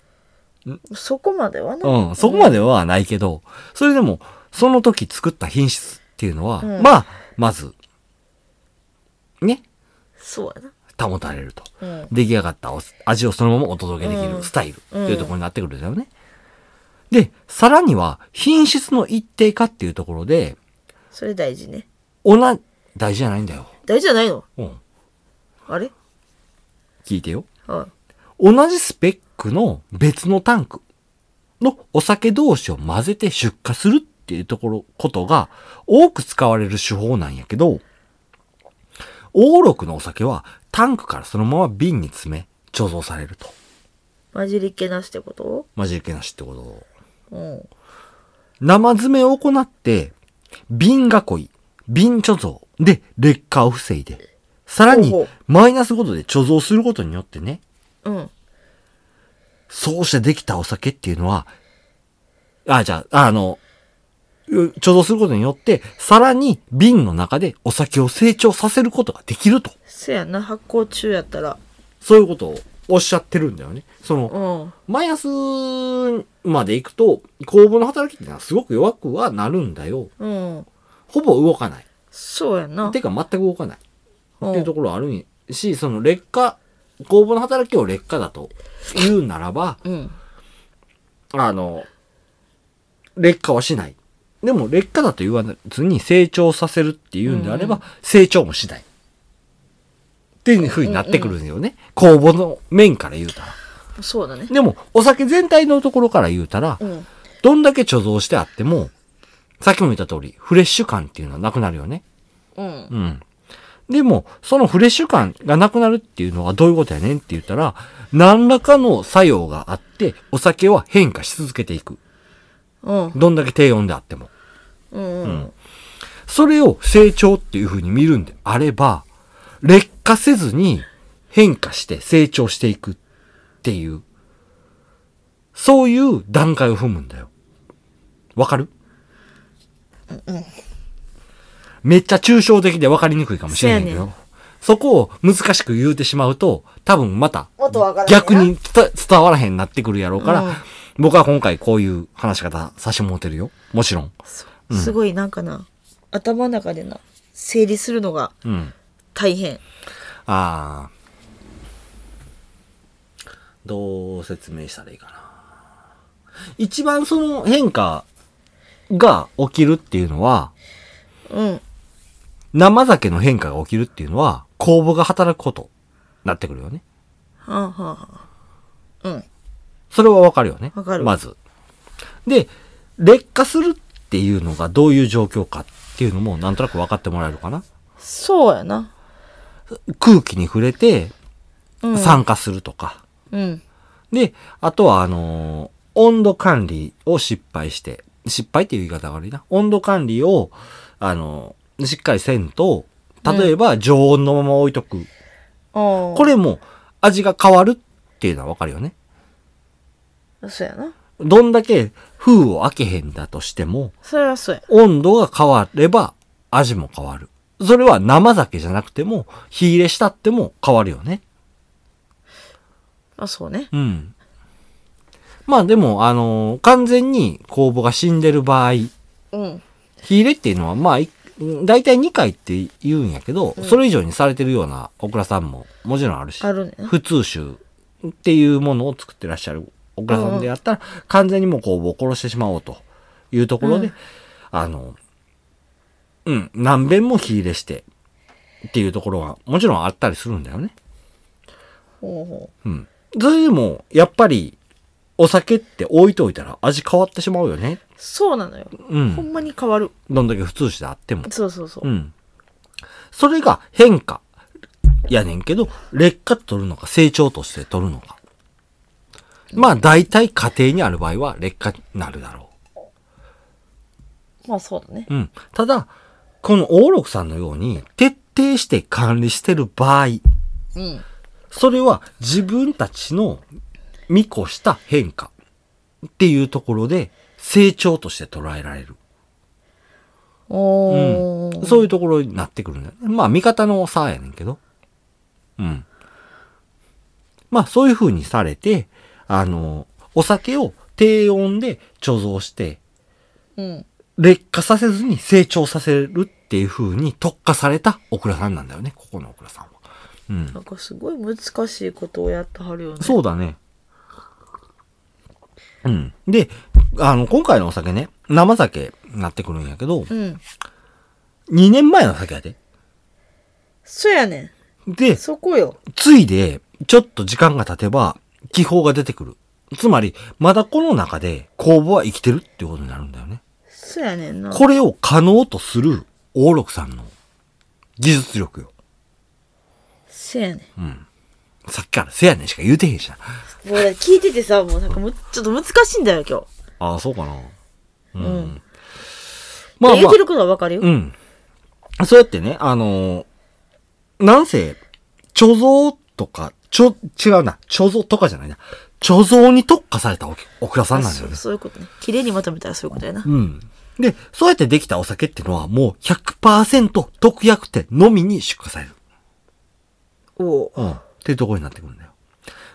そこまではな。うん、そこまではないけど、それでも、その時作った品質っていうのは、うんまあ、まず、ね、そうやな。保たれると。うん。出来上がったお味をそのままお届けできうるんスタイルっていうところになってくるんだよね。で、さらには、品質の一定化っていうところで、それ大事ね。同じ、大事じゃないんだよ。大事じゃないのうん。あれ聞いてよ。は同じスペックの別のタンクのお酒同士を混ぜて出荷するっていうところ、ことが多く使われる手法なんやけど、王六のお酒はタンクからそのまま瓶に詰め貯蔵されると。い。混じりっけなしってこと混じりけなしってことを。うん。生詰めを行って、瓶囲い、瓶貯蔵で劣化を防いで、さらにほうほマイナス5度で貯蔵することによってね、うん。そうしてできたお酒っていうのは、あ、じゃあ、あの、う貯蔵することによって、さらに瓶の中でお酒を成長させることができると。せやな。発酵中やったら。そういうことをおっしゃってるんだよね。その、うん。マイナスまで行くと、酵母の働きっていうのはすごく弱くはなるんだよ。うん。ほぼ動かない。そうやな。てか全く動かない。うんっていうところあるんやし、その劣化、酵母の働きを劣化だと言うならば、うん。あの、劣化はしない。でも劣化だと言わずに成長させるっていうんであれば、うん成長もしない。っていう風になってくるんだよね。酵母の面から言うたら。そうだね。でも、お酒全体のところから言うたらう、ん。どんだけ貯蔵してあっても、さっきも言った通り、フレッシュ感っていうのはなくなるよね。うん。うん。でも、そのフレッシュ感がなくなるっていうのはどういうことやねんって言ったら、何らかの作用があって、お酒は変化し続けていく。うんどんだけ低温であっても。うんうんそれを成長っていうふうに見るんであれば、劣化せずに変化して成長していくっていう、そういう段階を踏むんだよ。わかるめっちゃ抽象的でわかりにくいかもしれないけそうやど、そこを難しく言うてしまうと、多分またもっとわからんな逆に伝伝わらへんなってくるやろうから、うん僕は今回こういう話し方さしてもらってるよ。もちろん。そすごいなんかな頭の中でな整理するのがうん。大変ああ。どう説明したらいいかな。一番その変化が起きるっていうのは、うん生酒の変化が起きるっていうのは、酵母が働くことになってくるよね。はあはあはあうんそれはわかるよね。わかるまず。で、劣化するっていうのがどういう状況かっていうのもなんとなく分かってもらえるかな。そうやな空気に触れてうん酸化するとか。うんで、あとは、あのー温度管理を失敗して、失敗っていう言い方が悪いな。温度管理を、あのーしっかりせんと、例えば常温のまま置いとく。ここれも味が変わるっていうのはわかるよね。そうやなどんだけ封を開けへんだとしても、それはそうや温度が変われば味も変わる。それは生酒じゃなくても、火入れしたっても変わるよね。あそうねうん。まあでも、あのー完全に酵母が死んでる場合、うん火入れっていうのは、まあ、い大体2回って言うんやけど、それ以上にされてるようなオクラさんももちろんあるし、あるね普通酒っていうものを作ってらっしゃるオクラさんでやったら、完全にもう酵母を殺してしまおうというところで、うんあの、うん、何遍も火入れしてっていうところはもちろんあったりするんだよね。ほうほうん。それでも、やっぱり、お酒って置いといたら味変わってしまうよねう。そうなのようほん。んまに変わるどんだけ普通酒であっても。。そうそうそううんそれが変化やねんけど、劣化と取るのか成長として取るのか。まあ大体家庭にある場合は劣化になるだろまあそうだねう。うん。ただ、この大六さんのように徹底して管理してる場合、うんそれは自分たちの見越した変化っていうところで成長として捉えられる。おーそういうところになってくるんだよね。まあ、味方の差やねんけど。うん。まあ、そういう風にされて、あの、お酒を低温で貯蔵して、うん劣化させずに成長させるっていう風に特化されたオクラさんなんだよね。ここのオクラさんは。うん。なんかすごい難しいことをやってはるよねそうだね。うん。で、あの、今回のお酒ね、生酒になってくるんやけど、うん2年前の酒やで。そうやねでん、そこよついで、ちょっと時間が経てば、気泡が出てくる。つまり、まだこの中で酵母は生きてるってことになるんだよね。そうやねんなこれを可能とする、大六さんの技術力よ。そうやねんさっきからせやねんしか言うてへんしな。もうだって聞いててさもうなんかむちょっと難しいんだよ今ああ、そうかな。うん。日うん、まあ言まっあて、ることはわかるよ、うん。そうやってね、あのーなんせ、貯蔵とか、ちょ、違うな、貯蔵とかじゃないな。貯蔵に特化されたおオクラさんなんだよそうね。そういうことね綺麗にまとめたらそういうことやなうん。で、そうやってできたお酒ってのはもう100%特約店のみに出荷される。おおうん。っていうところになってくるんだよ。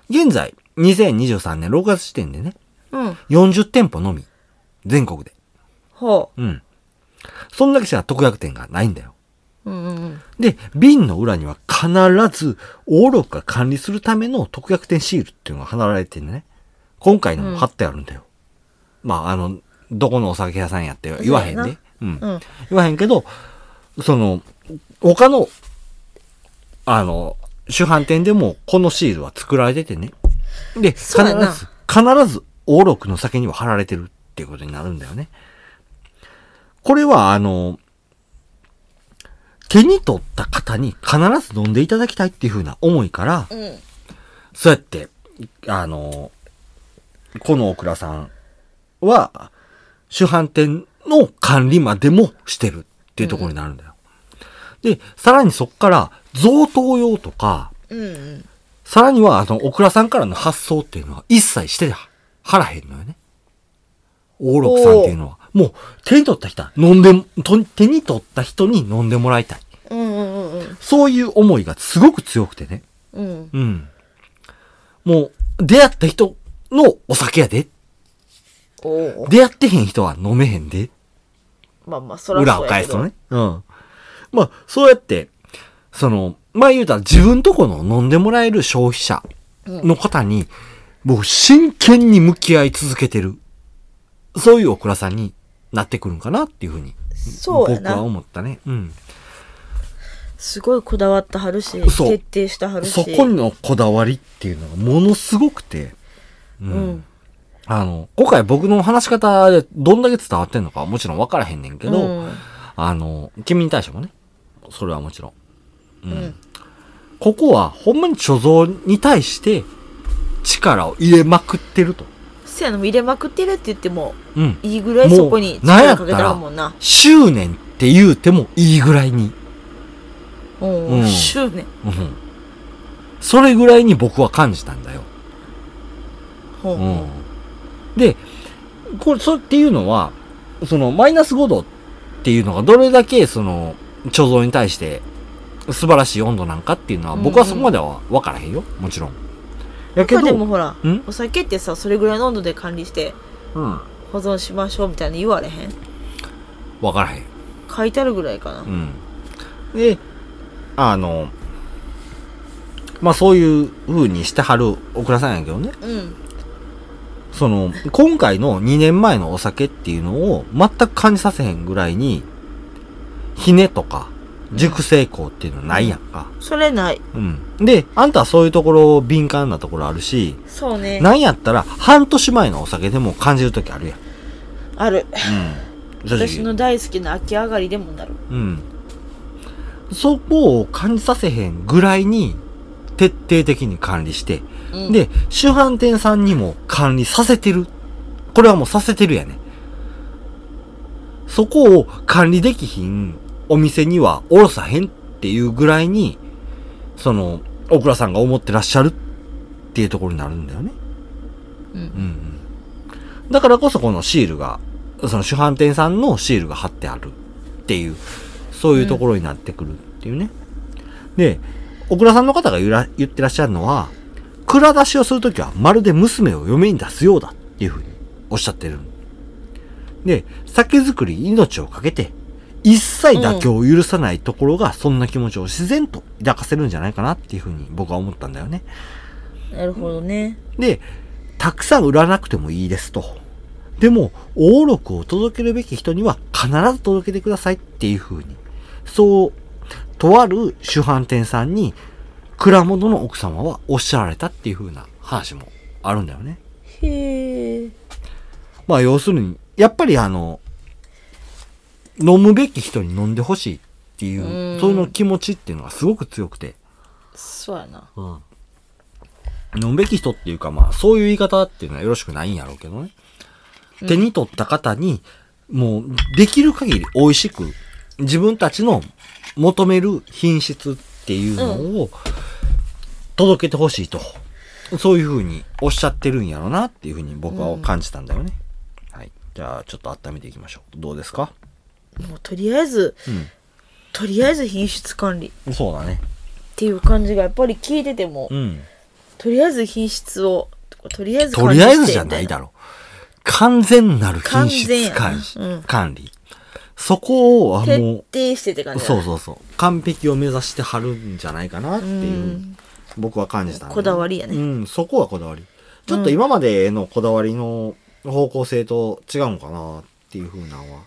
現在、2023年6月時点でね、ううん40店舗のみ。全国で。ほうん。そんだけしか特約店がないんだよ。ううんうんうんで、瓶の裏には必ず、オーロが管理するための特約店シールっていうのが貼られてるんだね。今回のも貼ってあるんだよ。まあ、あの、どこのお酒屋さんやって言わへんそうやで。うんうん言わへんけど、その、他の、あの、主販店でもこのシールは作られててね。で、必そうずやな、必ず、オロクの先には貼られてるっていうことになるんだよね。これは、あの、手に取った方に必ず飲んでいただきたいっていう風な思いから、うん。そうやって、あの、このオクラさんは、主販店の管理までもしてるっていうところになるんだよ。で、さらにそこから、贈答用とか、うんうん。さらには、あの、オクラさんからの発送っていうのは一切してはらへんのよね。オーロクさんっていうのは。もう、手に取った人は、飲んでも、と手に取った人に飲んでもらいたい。うんうんうんそういう思いがすごく強くてね。うん。うん。うん。もう、出会った人のお酒やで。おお。出会ってへん人は飲めへんで。まあまあ、そら裏そをうや返けすど。とね。うん。まあ、そうやって、その、前言うたら自分とこの飲んでもらえる消費者の方に、僕真剣に向き合い続けてる。そういうお倉さんになってくるんかなっていうふうに、そうや僕はな。思ったね。うん。すごいこだわったはるし、そう徹底したはるし。そこのこだわりっていうのがものすごくて、うん。あの、今回僕の話し方でどんだけ伝わってんのかはもちろん分からへんねんけけど、うん。あの、君に対してもね、それはもちろん。うん。うんここはほんまに貯蔵に対して力を入れまくってると。せやの入れまくってるって言っても、うん。いいぐらいもうそこに力かけたらもんな。執念って言うてもいいぐらいに。うんううんん。執念。うん。それぐらいに僕は感じたんだよ。ほううほん。で、これ、それっていうのは、その、マイナス5度っていうのがどれだけ、その、貯蔵に対して素晴らしい温度なんかっていうのは、うんうん僕はそこまでは分からへんよ。もちろん。やう。けけどでもど、ほらうん、お酒ってさ、それぐらいの温度で管理してうん。保存しましょうみたいに言われへん分からへん。書いてあるぐらいかなう。ん。で、あの、まあ、そういう風にしてはるお倉さんやけどね。うん。その、今回の2年前のお酒っていうのを全く感じさせへんぐらいに、ひねとか、熟成功っていうのないやんか。それない。うん。で、あんたはそういうところ、敏感なところあるし、そうね。なんやったら、半年前のお酒でも感じるときあるやん。ある。うん。正私の直。大好きな秋上がりでもなる。うん。そこを感じさせへんぐらいに、徹底的に管理して、うん、で、主販店さんにも管理させてる。これはもうさせてるやね。そこを管理できひんお店にはおろさへんっていうぐらいに、その、大倉さんが思ってらっしゃるっていうところになるんだよね。う。うんんうん。だからこそこのシールが、その主販店さんのシールが貼ってあるっていう、そういうところになってくるっていうね。で、小倉さんの方が言うら言ってらっしゃるのは、蔵出しをするときはまるで娘を嫁に出すようだっていうふうにおっしゃってる。で、酒造りに命をかけて、一切妥協を許さないところが、そんな気持ちを自然と抱かせるんじゃないかなっていうふうに僕は思ったんだよね。なるほどね。で、たくさん売らなくてもいいですと。でも、往録を届けるべき人には必ず届けてくださいっていう風に。そう、とある主販店さんに、蔵元の奥様はおっしゃられたっていう風な話もあるんだよね。へえ。まあ要するに、やっぱりあの、飲むべき人に飲んでほしいっていうう、んその気持ちっていうのがすごく強くて。そうやな。うん。飲むべき人っていうかまあ、そういう言い方っていうのはよろしくないんやろうけどね。手に取った方に、もう、できる限り美味しく、自分たちの求める品質っていうのを届けてほしいと。そういうふうにおっしゃってるんやろなっていうふうに僕は感じたんだよね。はい。じゃあ、ちょっと温めていきましょう。どうですかもうとりあえず、とりあえず品質管理っうん。そうだね。ていう感じがやっぱり聞いてても、うん。とりあえず品質を、とりあえずと管理りしてあえずじゃないだろう。完全なる品完全質やな管理。うん管理そこはみたいなもう、徹底してって感じだそうなそうそう。完璧を目指してはるんじゃないかなっていう、うん僕は感じたんでこだわりやねうん、そこはこだわり。ちょっと今までのこだわりの方向性と違うのかなっていうふうなのは、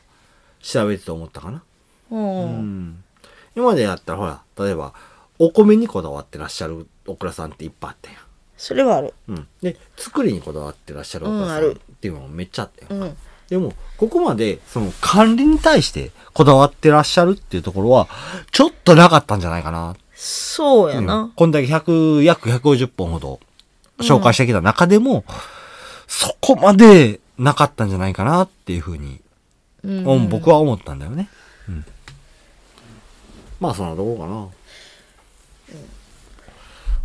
調べてて思ったかな。うんうん。今までやったらほら、例えば、お米にこだわってらっしゃるオクラさんっていっぱいあったやん。それはあるうん。で、作りにこだわってらっしゃるお母うんさんあっるていうのもめっちゃあったよ。うんでも、ここまで、その管理に対してこだわってらっしゃるっていうところは、ちょっとなかったんじゃないかな。そうやな。うんこんだけ100、約150本ほど紹介してきた中でも、そこまでなかったんじゃないかなっていうふうに、うんうん僕は思ったんだよね。うんまあ、そんなところかな。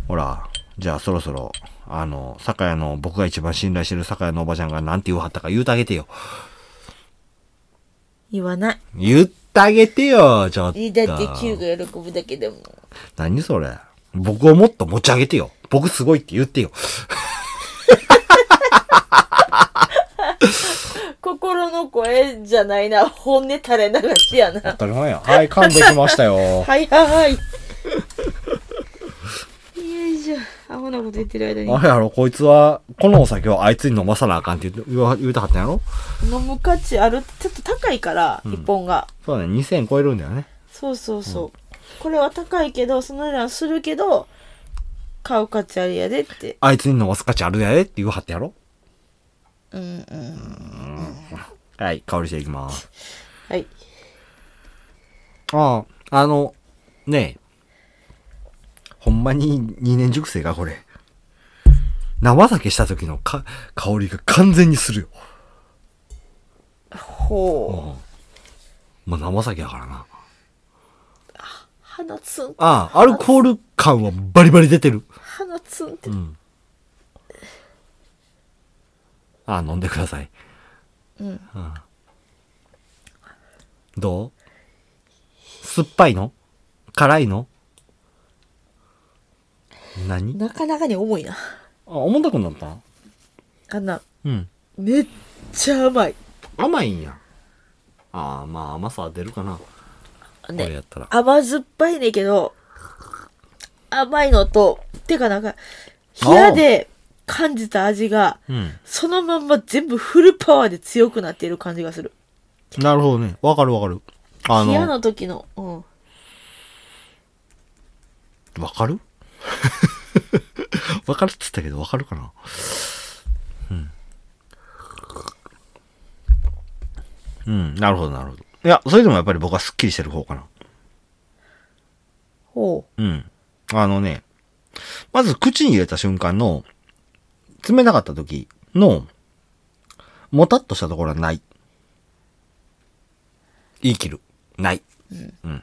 ほら、じゃあそろそろ、あの、酒屋の、僕が一番信頼してる酒屋のおばちゃんがなんて言うはったか言うてあげてよ。言わない。言ってあげてよ、ちょっと。えだって Q が喜ぶだけでも。何それ。僕をもっと持ち上げてよ。僕すごいって言ってよ。心の声じゃないな。本音垂れ流しやな。当たり前や。はい、噛んできました よ。はいはいはい。よいしょ。アホなこと言ってる間に。あれやろ、こいつは、このお酒をあいつに飲まさなあかんって言うて言わ言うたはったんやろ飲む価値ある。ちょっと高いから、一本が。そうだね、2000超えるんだよね。そうそうそう。これは高いけど、その値段するけど、買う価値ありやでって。あいつに飲ます価値あるやでって言わはったやろうんうん。はい、香りしていきます。はい。ああ、あの、ねえ。ほんまに2年熟成がこれ。生酒した時のか香りが完全にするよ。ほう。もう生酒やからな。鼻つん、ああ、アルコール感はバリバリ出てる。鼻つんってう。ん。ああ、飲んでください。うんどう酸っぱいの辛いの何なかなかに重いな。あ、重たくなったあんな、うん。めっちゃ甘い。甘いんや。ああ、まあ甘さは出るかな。これやねっ、たら。甘酸っぱいねんけど、甘いのと、てかなんか、あ部屋で感じた味が、うん。そのまんま全部フルパワーで強くなっている感じがする。なるほどね。わかるわかる。あ冷やの、の時の、うん。わかる わかるっつったけど、わかるかなうん。うん、なるほど、なるほど。いや、それでもやっぱり僕はスッキリしてる方かな。ほうん。あのね、まず口に入れた瞬間の、冷たかった時の、もたっとしたところはない。言い切る。ない。うん。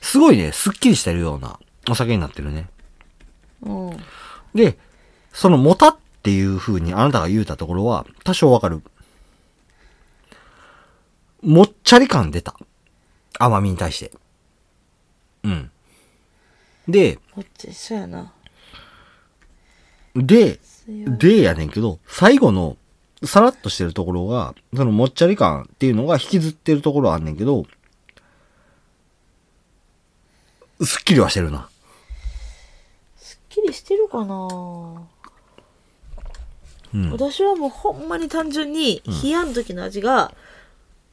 すごいね、すっきりしてるようなお酒になってるね。う。うん。で、そのもたっていう風にあなたが言うたところは、多少わかる。もっちゃり感出た。甘みに対して。うん。で、こっち、そうやな。で、強いでやねんけど、最後の、さらっとしてるところが、そのもっちゃり感っていうのが引きずってるところはあんねんけど、すっきりはしてるな。すっきりしてるかなうん。私はもうほんまに単純に、冷やの時の味が、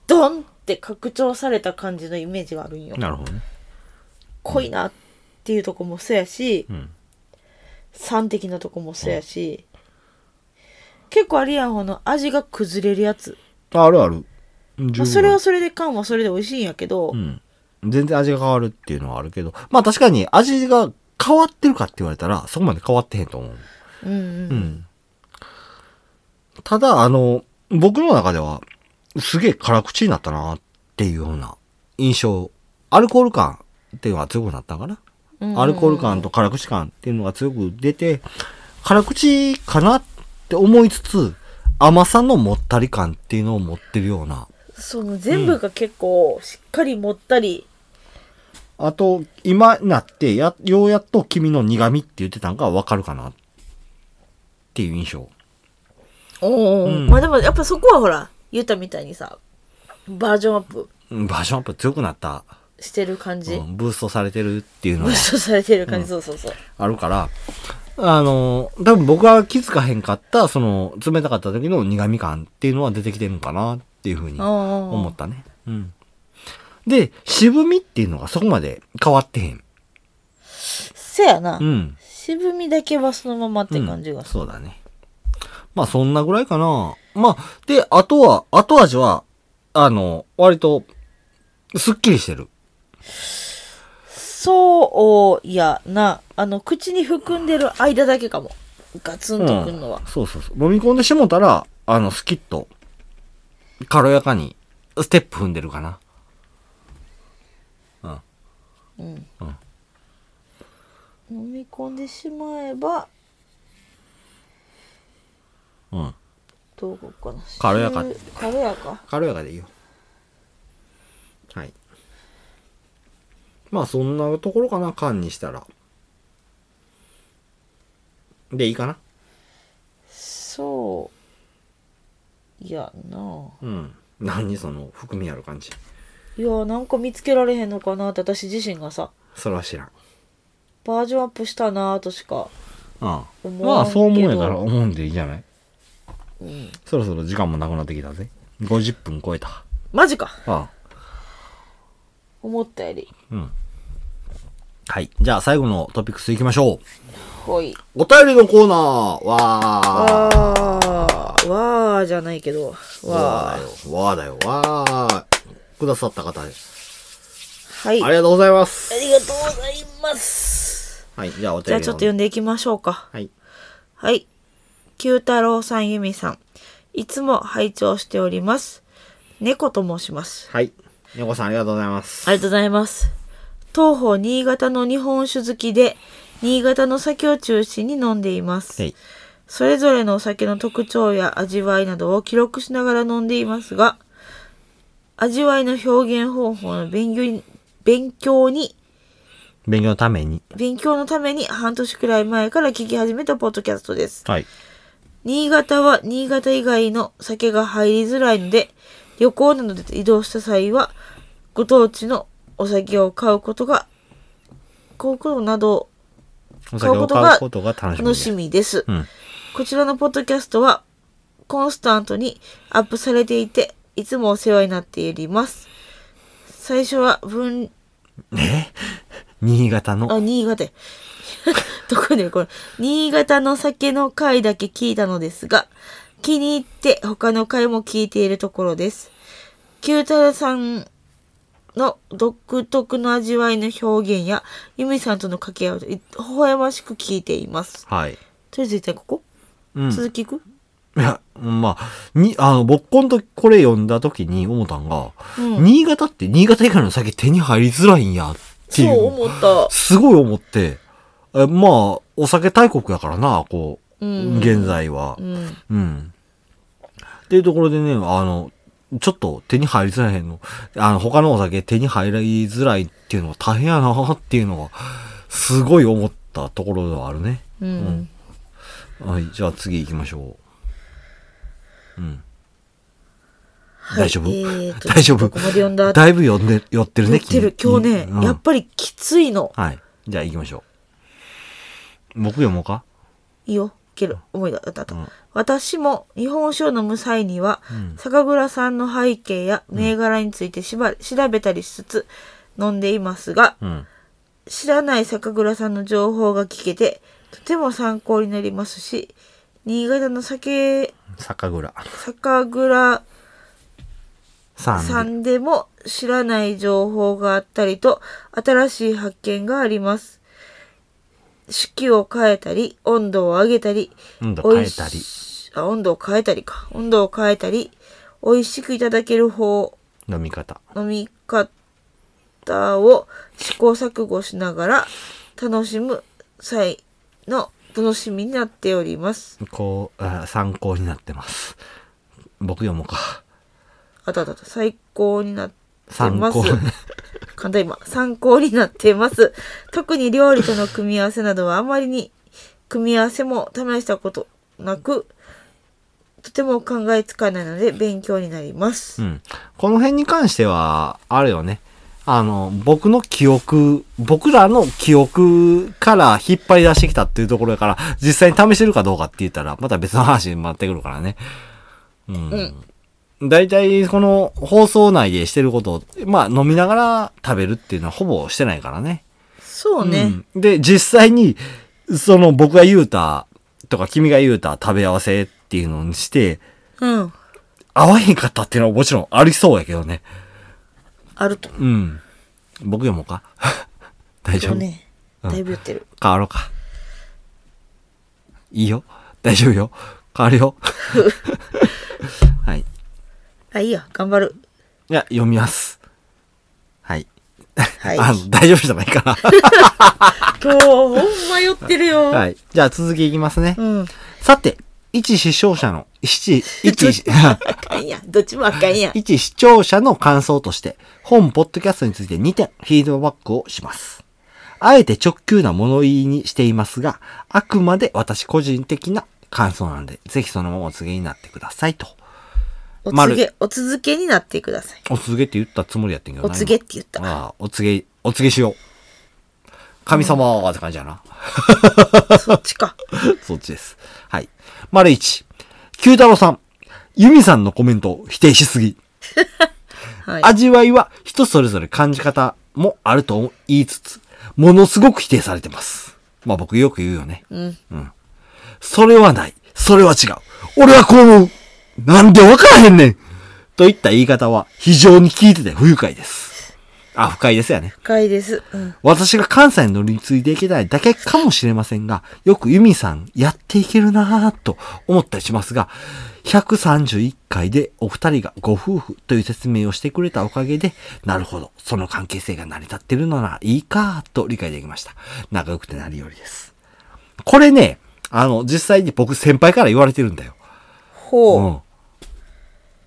ドンって拡張された感じのイメージがあるんよ。なるほどね。濃いなっていうとこもそうやし、ん酸的なとこもそうやし、結構あるやん、この味が崩れるやつ。ああるある。まあ、それはそれで缶はそれで美味しいんやけど、うん。全然味が変わるっていうのはあるけど、まあ確かに味が変わってるかって言われたら、そこまで変わってへんと思う。うん、うん、うん。ただ、あの、僕の中では、すげえ辛口になったなっていうような印象。アルコール感っていうのが強くなったんかな。うんアルコール感と辛口感っていうのが強く出て、辛口かなって思いつつ、甘さのもったり感っていうのを持ってるような。その全部が結構しっかりもったり、あと、今になってや、ようやっと君の苦味って言ってたんがわかるかなっていう印象。おーうんまあでもやっぱそこはほら、言ったみたいにさ、バージョンアップうんバージョンアップ強くなった、してる感じ。うんブーストされてるっていうのブはーストされてる感じ、そうそうそう。あるから、あの、多分僕は気づかへんかった、その、冷たかった時の苦味感っていうのは出てきてるのかなっていうふうに思思ったね。うん。で、渋みっていうのがそこまで変わってへん。せやな、うん。渋みだけはそのままって感じがするそうだね。まあそんなぐらいかな。まあ、で、あとは、後味は、あの、割と、すっきりしてる。そうやな。あの、口に含んでる間だけかも。ガツンとくんのは。そうそうそう。飲み込んでしもたら、あの、スキッと、軽やかに、ステップ踏んでるかな。飲み込んでしまえば、うん。どうかな。軽やかしゅ軽やか。軽やかでいいよ。はい。まあ、そんなところかな、缶にしたら。で、いいかな。そう。やな。うん。何その、含みある感じ。いやーなんか見つけられへんのかなって私自身がさ、それは知らん。バージョンアップしたなーとしか。ああ思わんまあそう思うんやからけど思うんでいいじゃないうん。そろそろ時間もなくなってきたぜ50分超えたあマジかあ思ったより。うんはいじゃあ最後のトピックスいきましょほい。うお便りのコーナーわーわー、わーじゃないけど、わー。ーわーだよわーだよわーくださった方ですはい。あありがとうございますりがとうございます。はいじゃあお便りじゃあちょっと読んでいきましょうか。はいはい。九太郎さん、ゆみさん。いつも拝聴しております。猫と申します。はい猫さんありがとうございますありがとうございます。東方新潟の日本酒好きで、新潟の酒を中心に飲んでいます。はいそれぞれのお酒の特徴や味わいなどを記録しながら飲んでいますが、味わいの表現方法の勉強に、勉強に、勉強のために勉強のために半年くらい前から聞き始めたポッドキャストです。はい新潟は新潟以外の酒が入りづらいので、旅行などで移動した際は、ご当地のお酒を買うことが、買うことなどお酒を買うことが楽しみで楽すしみです。うんこちらのポッドキャストは、コンスタントにアップされていて、いつもお世話になっております。最初は分、新潟のあ、新潟や。 どこでこれ。新潟の酒の回だけ聞いたのですが、気に入って他の回も聞いているところです。九太郎さんの独特の味わいの表現や、由美さんとの掛け合いを微笑ましく聞いています。はいとりあえず一旦ここ、うん続きいくいや、まあ、に、あの、僕今度これ読んだ時に思ったんが、うん新潟って新潟以外の酒手に入りづらいんやっていそうう、思った。すごい思って、えまあ、お酒大国やからな、こう、うん現在はう、ん。うん。っていうところでね、あの、ちょっと手に入りづらいの、あの、他のお酒手に入りづらいっていうのは大変やなっていうのが、すごい思ったところではあるね。うん。んはい、じゃあ次行きましょう。うん。はい大丈夫えーと大丈夫ここまで読んだ。だいぶ寄んで、寄ってるね、言ってる。君今日ね、うんやっぱりきついの。はい。じゃあ行きましょう。僕読もうかいいよ。いける。思い出した。うん私も日本酒を飲む際には、酒蔵さんの背景や銘柄についてしば、調べたりしつつ飲んでいますが、うん。知らない酒蔵さんの情報が聞けて、とても参考になりますし、新潟の酒、酒蔵酒蔵さんで。さんでも知らない情報があったりと新しい発見があります。四季を変えたり、温度を上げたり、温度を変えたりおいしあ、温度を変えたりか。温度を変えたり、美味しくいただける方、飲み方。飲み方を試行錯誤しながら楽しむ際の楽しみになっております。こう、あ参考になってます。僕読もうか。あたたた、最高になって参ます考。。簡単今、参考になっています。特に料理との組み合わせなどはあまりに組み合わせも試したことなく、とても考えつかないので勉強になりますう。ん。この辺に関しては、あれよね。あの、僕の記憶、僕らの記憶から引っ張り出してきたっていうところやから、実際に試してるかどうかって言ったら、また別の話になってくるからね。うん。大体、この放送内でしてることを、まあ、飲みながら食べるっていうのはほぼしてないからね。そうね。うんで、実際に、その僕が言うたとか君が言うた食べ合わせっっていうのにして、うん。合わへんかったっていうのはもちろんありそうやけどね。あると。うん。僕読もうか 大丈もう夫、ね、だいぶ言ってる。変わろうか。いいよ。大丈夫よ。変わる よ。はい。いあ、いいや、頑張る。や、読みます。はい。はい。あの、大丈夫じゃないか今日、ほんま酔ってるよ。 な。はい。じゃあ続きいきますね。うん。さて、一視聴者の、一、 一、あかんやん。どっちもあかんやん。一視聴者の感想として、本ポッドキャストについて2点フィードバックをします。あえて直球な物言いにしていますが、あくまで私個人的な感想なので、ぜひそのままお告げになってくださいと。お告げ、お続けになってください。お告げって言ったつもりやってんけどお告げって言った。ああ、お告げ、お告げしよう。神様って感じや な。そっちか。そっちです。はい。丸一。九太郎さん。ユミさんのコメントを否定しすぎ。はい。味わいは人それぞれ感じ方もあると言いつつ、ものすごく否定されてます。まあ僕よく言うよね。うん。それはない。それは違う。俺はこう思う。なんでわからへんねん。といった言い方は非常に聞いてて不愉快です。あ、不快ですよね。深いです。うん。私が関西に乗り継いでいけないだけかもしれませんが、よくユミさんやっていけるなぁと思ったりしますが、131回でお二人がご夫婦という説明をしてくれたおかげで、なるほど、その関係性が成り立ってるのならいいかと理解できました。仲良くてなりよりです。これね、あの、実際に僕先輩から言われてるんだよ。ほう。うん。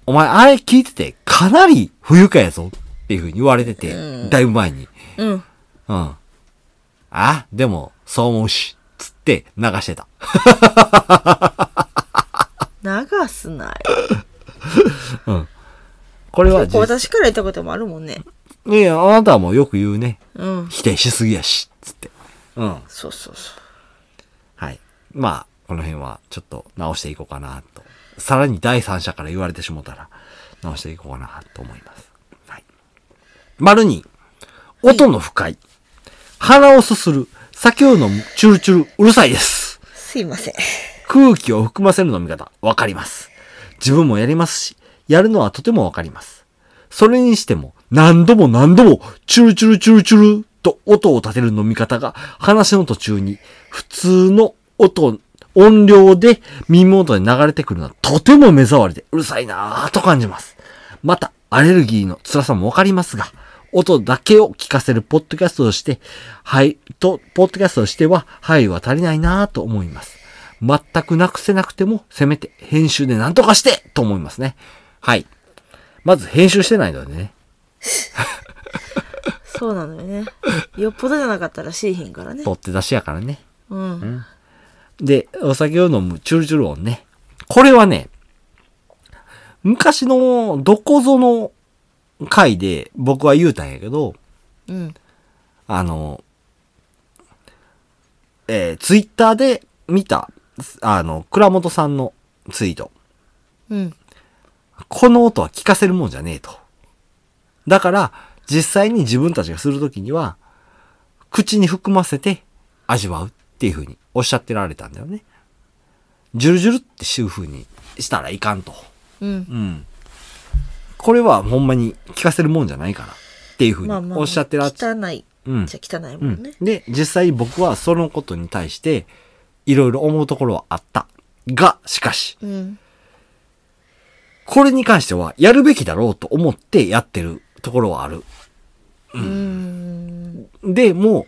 お前、あれ聞いてて、かなり不愉快やぞっていうふうに言われてて、だいぶ前に。うん。うん。あ、でも、そう思うし、つって流してた。流すなよ。これは結構実、私から言ったこともあるもんね。いや、あなたはもうよく言うね。うん。否定しすぎやし、つって。うん。そうそうそう。はい。まあ、この辺はちょっと直していこうかなと。さらに第三者から言われてしもたら、直していこうかなと思います。はい。丸に、音の不快。鼻をすする。酒を飲む。チュルチュル。うるさいです。すいません。空気を含ませる飲み方、わかります。自分もやりますし、やるのはとてもわかります。それにしても、何度も何度も、チュルチュルチュルチュルと音を立てる飲み方が、話の途中に、普通の音、音量で耳元に流れてくるのはとても目障りでうるさいなぁと感じます。また、アレルギーの辛さもわかりますが、音だけを聞かせるポッドキャストとして、はい、と、ポッドキャストとしては、配慮は足りないなぁと思います。全くなくせなくても、せめて編集で何とかしてと思いますね。はい。まず編集してないのでね。そうなのよね。よっぽどじゃなかったらしいひんからね。取って出しやからね。うん。で、お酒を飲むチュルチュル音ね。これはね、昔のどこぞの回で僕は言うたんやけど、うん。あの、えー、ツイッターで見た、あの、倉本さんのツイート。うん。この音は聞かせるもんじゃねえと。だから、実際に自分たちがするときには、口に含ませて味わうっていうふうにおっしゃってられたんだよね。ジュルジュルってしうふうにしたらいかんと。うん。うん。これはほんまに聞かせるもんじゃないからっていうふうにおっしゃってらっ汚い。うんじゃ汚いもうんね。ん。で、実際僕はそのことに対して、いろいろ思うところはあった。が、しかし、うん。これに関しては、やるべきだろうと思ってやってるところはある。うん。で、も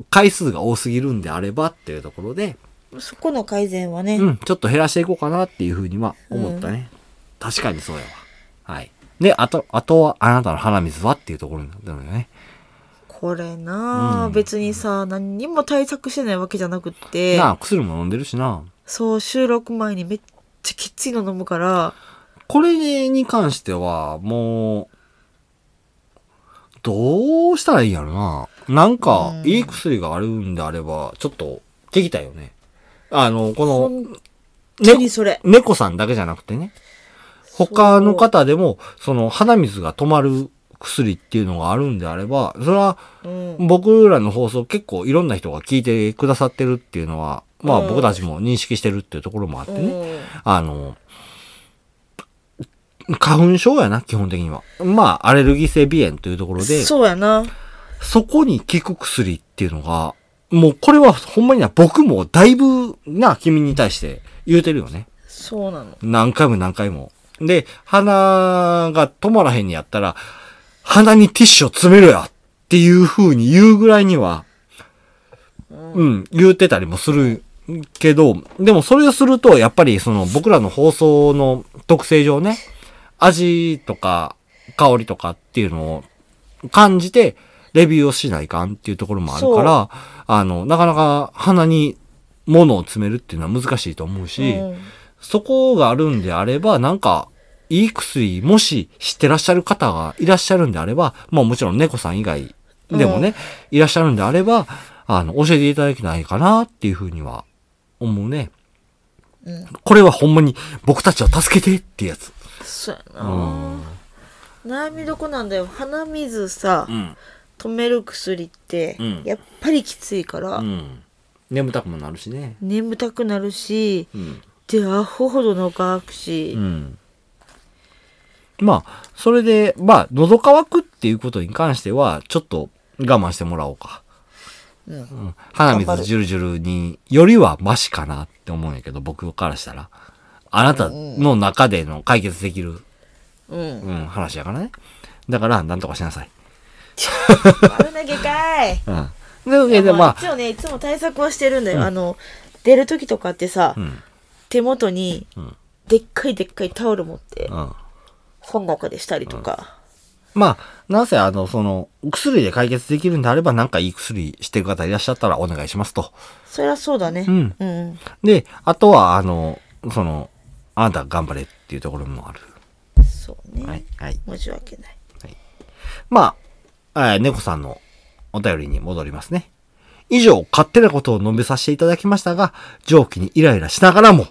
う、回数が多すぎるんであればっていうところで、そこの改善はね。うん、ちょっと減らしていこうかなっていうふうには思ったね。確かにそうやわ。はい。で、あと、あとは、あなたの鼻水はっていうところになったのよね。これなあ、うん別にさ、何にも対策してないわけじゃなくって、なあ、薬も飲んでるしな。そう、収録前にめっちゃきついの飲むから、これに関しては、もう、どうしたらいいんやろな。なんかう、んいい薬があるんであれば、ちょっと、聞きたいよね。あの、この、本当にそれ。猫さんだけじゃなくてね、他の方でも、その鼻水が止まる薬っていうのがあるんであれば、それはうん。僕らの放送結構いろんな人が聞いてくださってるっていうのは、まあうん僕たちも認識してるっていうところもあってね。あの、花粉症やな、基本的には。まあ、アレルギー性鼻炎というところうんで、そそうやな。こに効く薬っていうのが、もうこれはほんまにな、僕もだいぶな、君に対して言うてるよね。そうなの。何回も何回も。で、鼻が止まらへんにやったら、鼻にティッシュを詰めろやっていう風に言うぐらいには、うん、言うてたりもするけど、でもそれをすると、やっぱりその僕らの放送の特性上ね、味とか香りとかっていうのを感じて、レビューをしないかんっていうところもあるから、あの、なかなか鼻に物を詰めるっていうのは難しいと思うし、うんそこがあるんであれば、なんか、いい薬、もし知ってらっしゃる方がいらっしゃるんであれば、まあもちろん猫さん以外でもね、いらっしゃるんであれば、あの、教えていただけないかなっていうふうには思うね。うんこれはほんまに僕たちを助けてってやつ。そうやうな。悩みどこなんだよ。鼻水さ、ん。止める薬ってうん、やっぱりきついから、うん。眠たくもなるしね。眠たくなるし、うん。で、アホほどの乾くしう、ん。まあ、それで、まあ、喉乾くっていうことに関しては、ちょっと我慢してもらおうか。ううんん鼻水ジュルジュルによりはマシかなって思うんやけど、僕からしたら。あなたの中での解決できる、うん。うん、話やからね。だから、なんとかしなさい。悪なげかい。うん。というわけで、やまあ、一応ねいつも対策はしてるんだよ、あの出る時とかってさ、うん、手元にんでっかいでっかいタオル持って、うん。そんな中でしたりとか、まあ、なぜ、あの、その、薬で解決できるんであれば、なんかいい薬してる方いらっしゃったらお願いしますと。そりゃそうだねうんうんで、あとは、あの、その、あなた頑張れっていうところもある。そうね、はい。はい。申し訳ないまあ、えー猫さんのお便りに戻りますね。以上、勝手なことを述べさせていただきましたが、上記にイライラしながらも、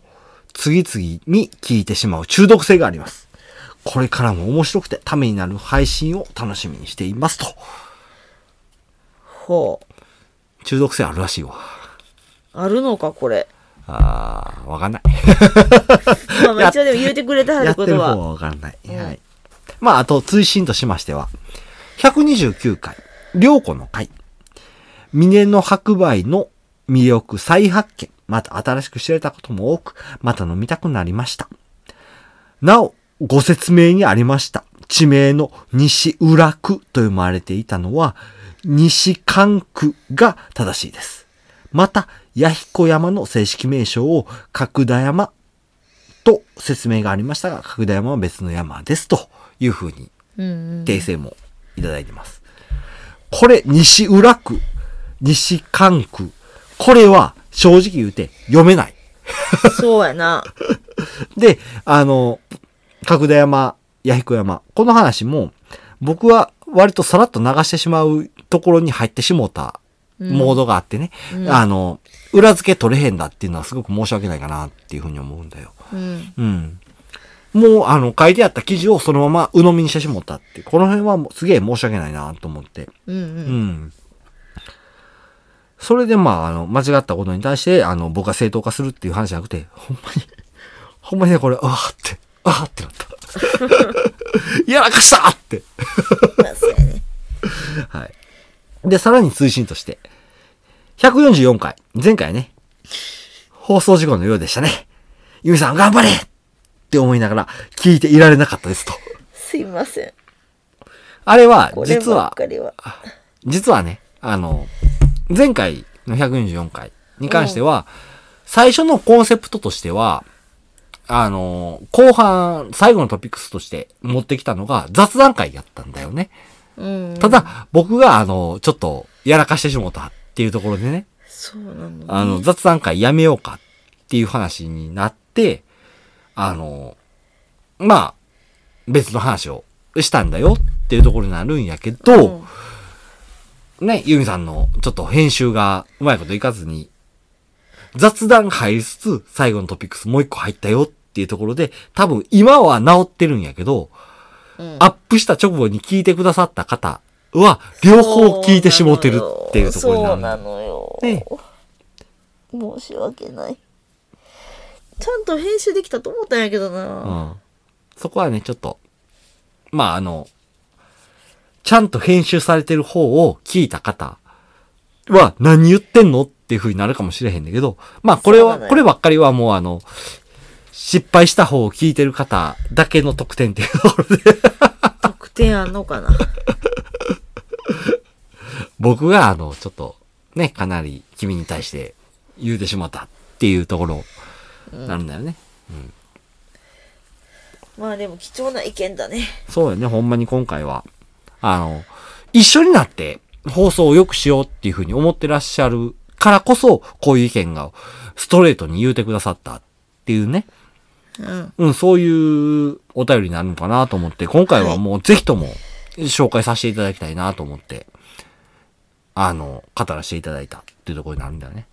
次々に聞いてしまう中毒性があります。これからも面白くてためになる配信を楽しみにしていますと。ほう中毒性あるらしいわ。あるのか これあー、わかんない。まあまあ一応でも言うてくれたはやるっこてると方ははわからない。うんはい。まあ、あと、追伸としましては、129回、良子の回、峰の白梅の魅力再発見、また新しく知れたことも多く、また飲みたくなりました。なお、ご説明にありました、地名の西浦区と読まれていたのは、西関区が正しいです。また、弥彦山の正式名称を角田山と説明がありましたが、角田山は別の山ですというふうにうんうん訂正もいただいてます。これ、西浦区、西関区、これは正直言うて読めない。そうやなで、あの、角田山、弥彦山、この話も僕は割とさらっと流してしまうところに入ってしもうたモードがあってね、あの、裏付け取れへんだっていうのはすごく申し訳ないかなっていうふうに思うんだよ。うんうん。もう、あの、書いてあった記事をそのまま鵜呑みにしてしもったって。この辺はもうすげえ申し訳ないなと思って。うんううんん。それで、まあ、あの、間違ったことに対して、あの、僕が正当化するっていう話じゃなくて、ほんまに、ほんまにね、これ、うわーって、うわーってなった。 やらかしたーって。まあそうやねはい。で、さらに推進として、144回、前回ね、放送事故のようでしたね。ゆみさん頑張れって思いながら聞いていられなかったですと。すいませんあれはこ、れ実ばっは、かりは実はね、あの、前回の144回に関しては、最初のコンセプトとしては、あの、後半、最後のトピックスとして持ってきたのが雑談会やったんだよね。うんただ、僕が、あの、ちょっと、やらかしてしもたっていうところでね、そうなのあの、雑談会やめようかっていう話になって、あの、まあ、別の話をしたんだよっていうところになるんやけど、ね、ゆみさんのちょっと編集がうまいこといかずに、雑談入りつつ、最後のトピックスもう一個入ったよっていうところで、多分今は治ってるんやけど、うんアップした直後に聞いてくださった方は、両方聞いてしもてるっていうところになるそうなのよ。ね申し訳ないちゃんと編集できたと思ったんやけどうな、ん。そこはね、ちょっと、まあ、あの、ちゃんと編集されてる方を聞いた方は何言ってんのっていう風になるかもしれへんだけど、まあ、これそうなは、のよこればっかりはもうあの、失敗した方を聞いてる方だけの得点っていうところで、得点あんのかな 僕があの、ちょっと、ね、かなり君に対して言うてしまったっていうところ、なんだよね。まあでも貴重な意見だねそうやね、ほんまに今回は。あの、一緒になって放送を良くしようっていうふうに思ってらっしゃるからこそ、こういう意見がストレートに言うてくださったっていうね。うんうん、そういうお便りになるのかなと思って、今回はもうぜひとも紹介させていただきたいなと思って、あの、語らせていただいたっていうところになるんだよね。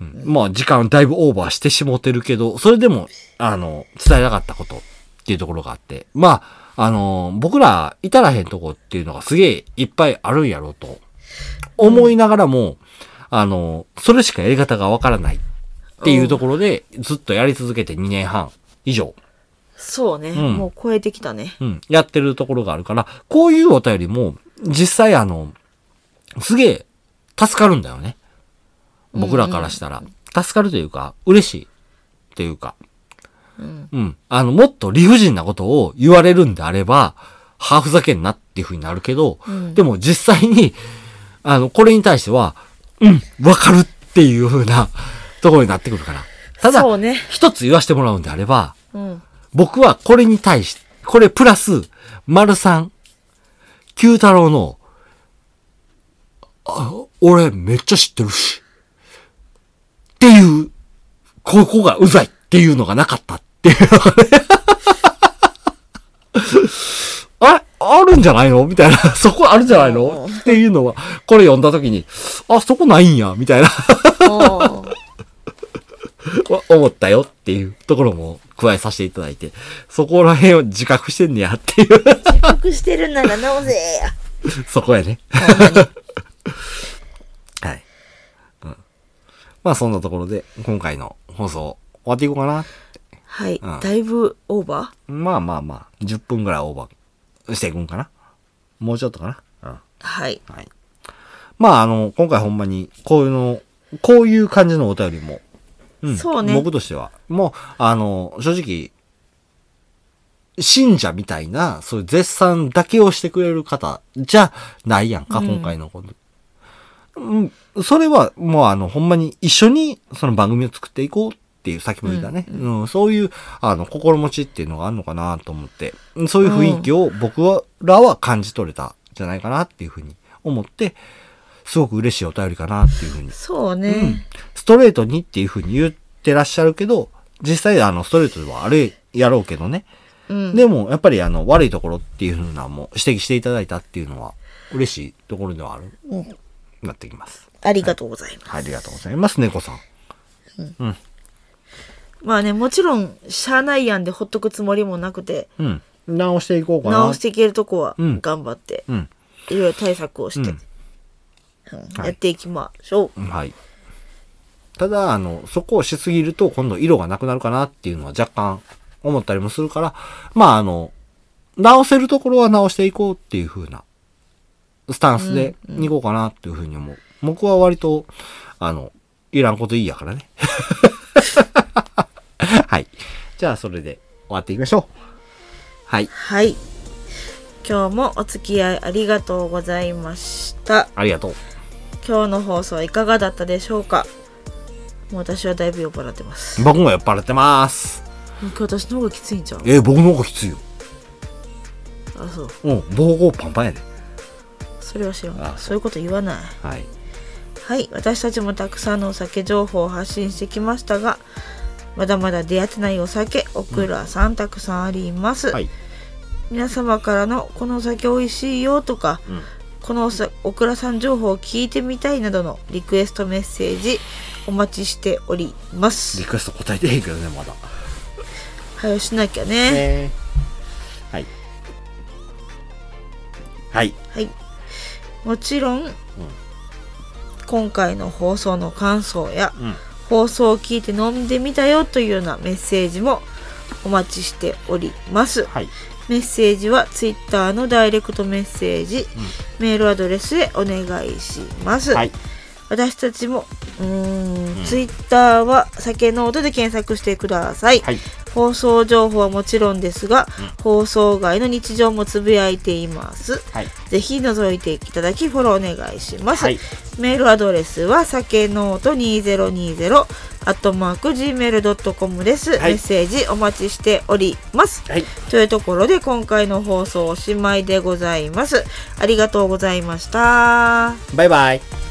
うん、まあ時間だいぶオーバーしてしもてるけど、それでも、あの、伝えなかったことっていうところがあって、まあ、あの、僕ら至らへんとこっていうのがすげえいっぱいあるんやろうと思いながらも、あの、それしかやり方がわからないっていうところで、ずっとやり続けて2年半以上、そうね、んもう超えてきたねうん、やってるところがあるから、こういうお便りも、実際あの、すげえ、助かるんだよね。僕らからしたら。助かるというか、嬉しいっていうか。うんうん。あの、もっと理不尽なことを言われるんであれば、はあふざけんなっていう風になるけど、うんでも実際に、あの、これに対しては、うん、わかるっていう風なところになってくるから。ただそう、ね一つ言わせてもらうんであれば、うん僕はこれに対し、これプラス、丸三、九太郎の、あ、俺めっちゃ知ってるし、っていう、ここがうざいっていうのがなかったっていうの がね。あれあるんじゃないのみたいな。そこあるんじゃないのっていうのは、これ読んだ時に、あ、そこないんや、みたいな。おーは思ったよっていうところも加えさせていただいて、そこら辺を自覚してんねやっていう、 隠してるならなおぜやそこやね。はい。うん。まあそんなところで、今回の放送終わっていこうかな。 はい、うんだいぶオーバまあまあまあ、10分ぐらいオーバーしていくんかな。もうちょっとかな。うん。ーはいはい。まああの、今回ほんまに、こういうの、こういう感じのお便りも、んそうね僕としては。もう、あの、正直、信者みたいな、そういう絶賛だけをしてくれる方じゃないやんか、うん今回のこと。うん、それは、もうあの、ほんまに一緒にその番組を作っていこうっていう、さっきも言ったね、ううんそういう、あの、心持ちっていうのがあるのかなと思って、そういう雰囲気を僕らは感じ取れたんじゃないかなっていうふうに思って、すごく嬉しいお便りかなっていうふうにそううねん、ストレートにっていうふうに言ってらっしゃるけど、実際あのストレートではあれやろうけどね。うん、でもやっぱりあの悪いところっていうふうなのも指摘していただいたっていうのは嬉しいところではある。うんなってきます。ありがとうございます、はい、ありがとうございます、猫さん。まあねもちろんしゃあないやんでほっとくつもりもなくてうん。直していこうかな。直していけるとこはうん頑張って、うん。いろいろ対策をして、うんうんはいやっていきましょう、はい。ただ、あの、そこをしすぎると今度色がなくなるかなっていうのは若干思ったりもするから、まああの、直せるところは直していこうっていう風なスタンスでいこうかなっていう風に思う。僕は割と、あの、いらんこといいや からね。はい。じゃあそれで終わっていきましょう。はい。はい今日もお付き合いありがとうございましたありがとう。今日の放送はいかがだったでしょうかもう私はだいぶ酔っ払ってますもう僕も酔っ払ってます。今日私の方がきついんちゃうえー僕の方がきついよ。あそううん、膀胱パンパンやね。それは知らんあそういうこと言わないはい。はい私たちもたくさんのお酒情報を発信してきましたがまだまだ出会ってないお酒オクラさんたくさんあります、はい。皆様からのこのお酒美味しいよとか、うんこのおさオクラさん情報を聞いてみたいなどのリクエストメッセージお待ちしておりまリすクエスト答えてへんけどね、まだ。早よしなきゃねねはい。はい。はいもちろん、今回の放送の感想やうん。放送を聞いて飲んでみたよというようなメッセージもお待ちしておりますはい。メッセージは Twitter のダイレクトメッセージ、メールアドレスへお願いします、はい。私たちもうーん、Twitter は酒の音で検索してください、はい。放送情報はもちろんですが、放送外の日常もつぶやいていますはい。ぜひ覗いていただきフォローお願いします、はいメールアドレスは酒ノート2020アットマーク gmail.com です、はいメッセージお待ちしておりますはい。というところで今回の放送おしまいでございますありがとうございましたバイバイ。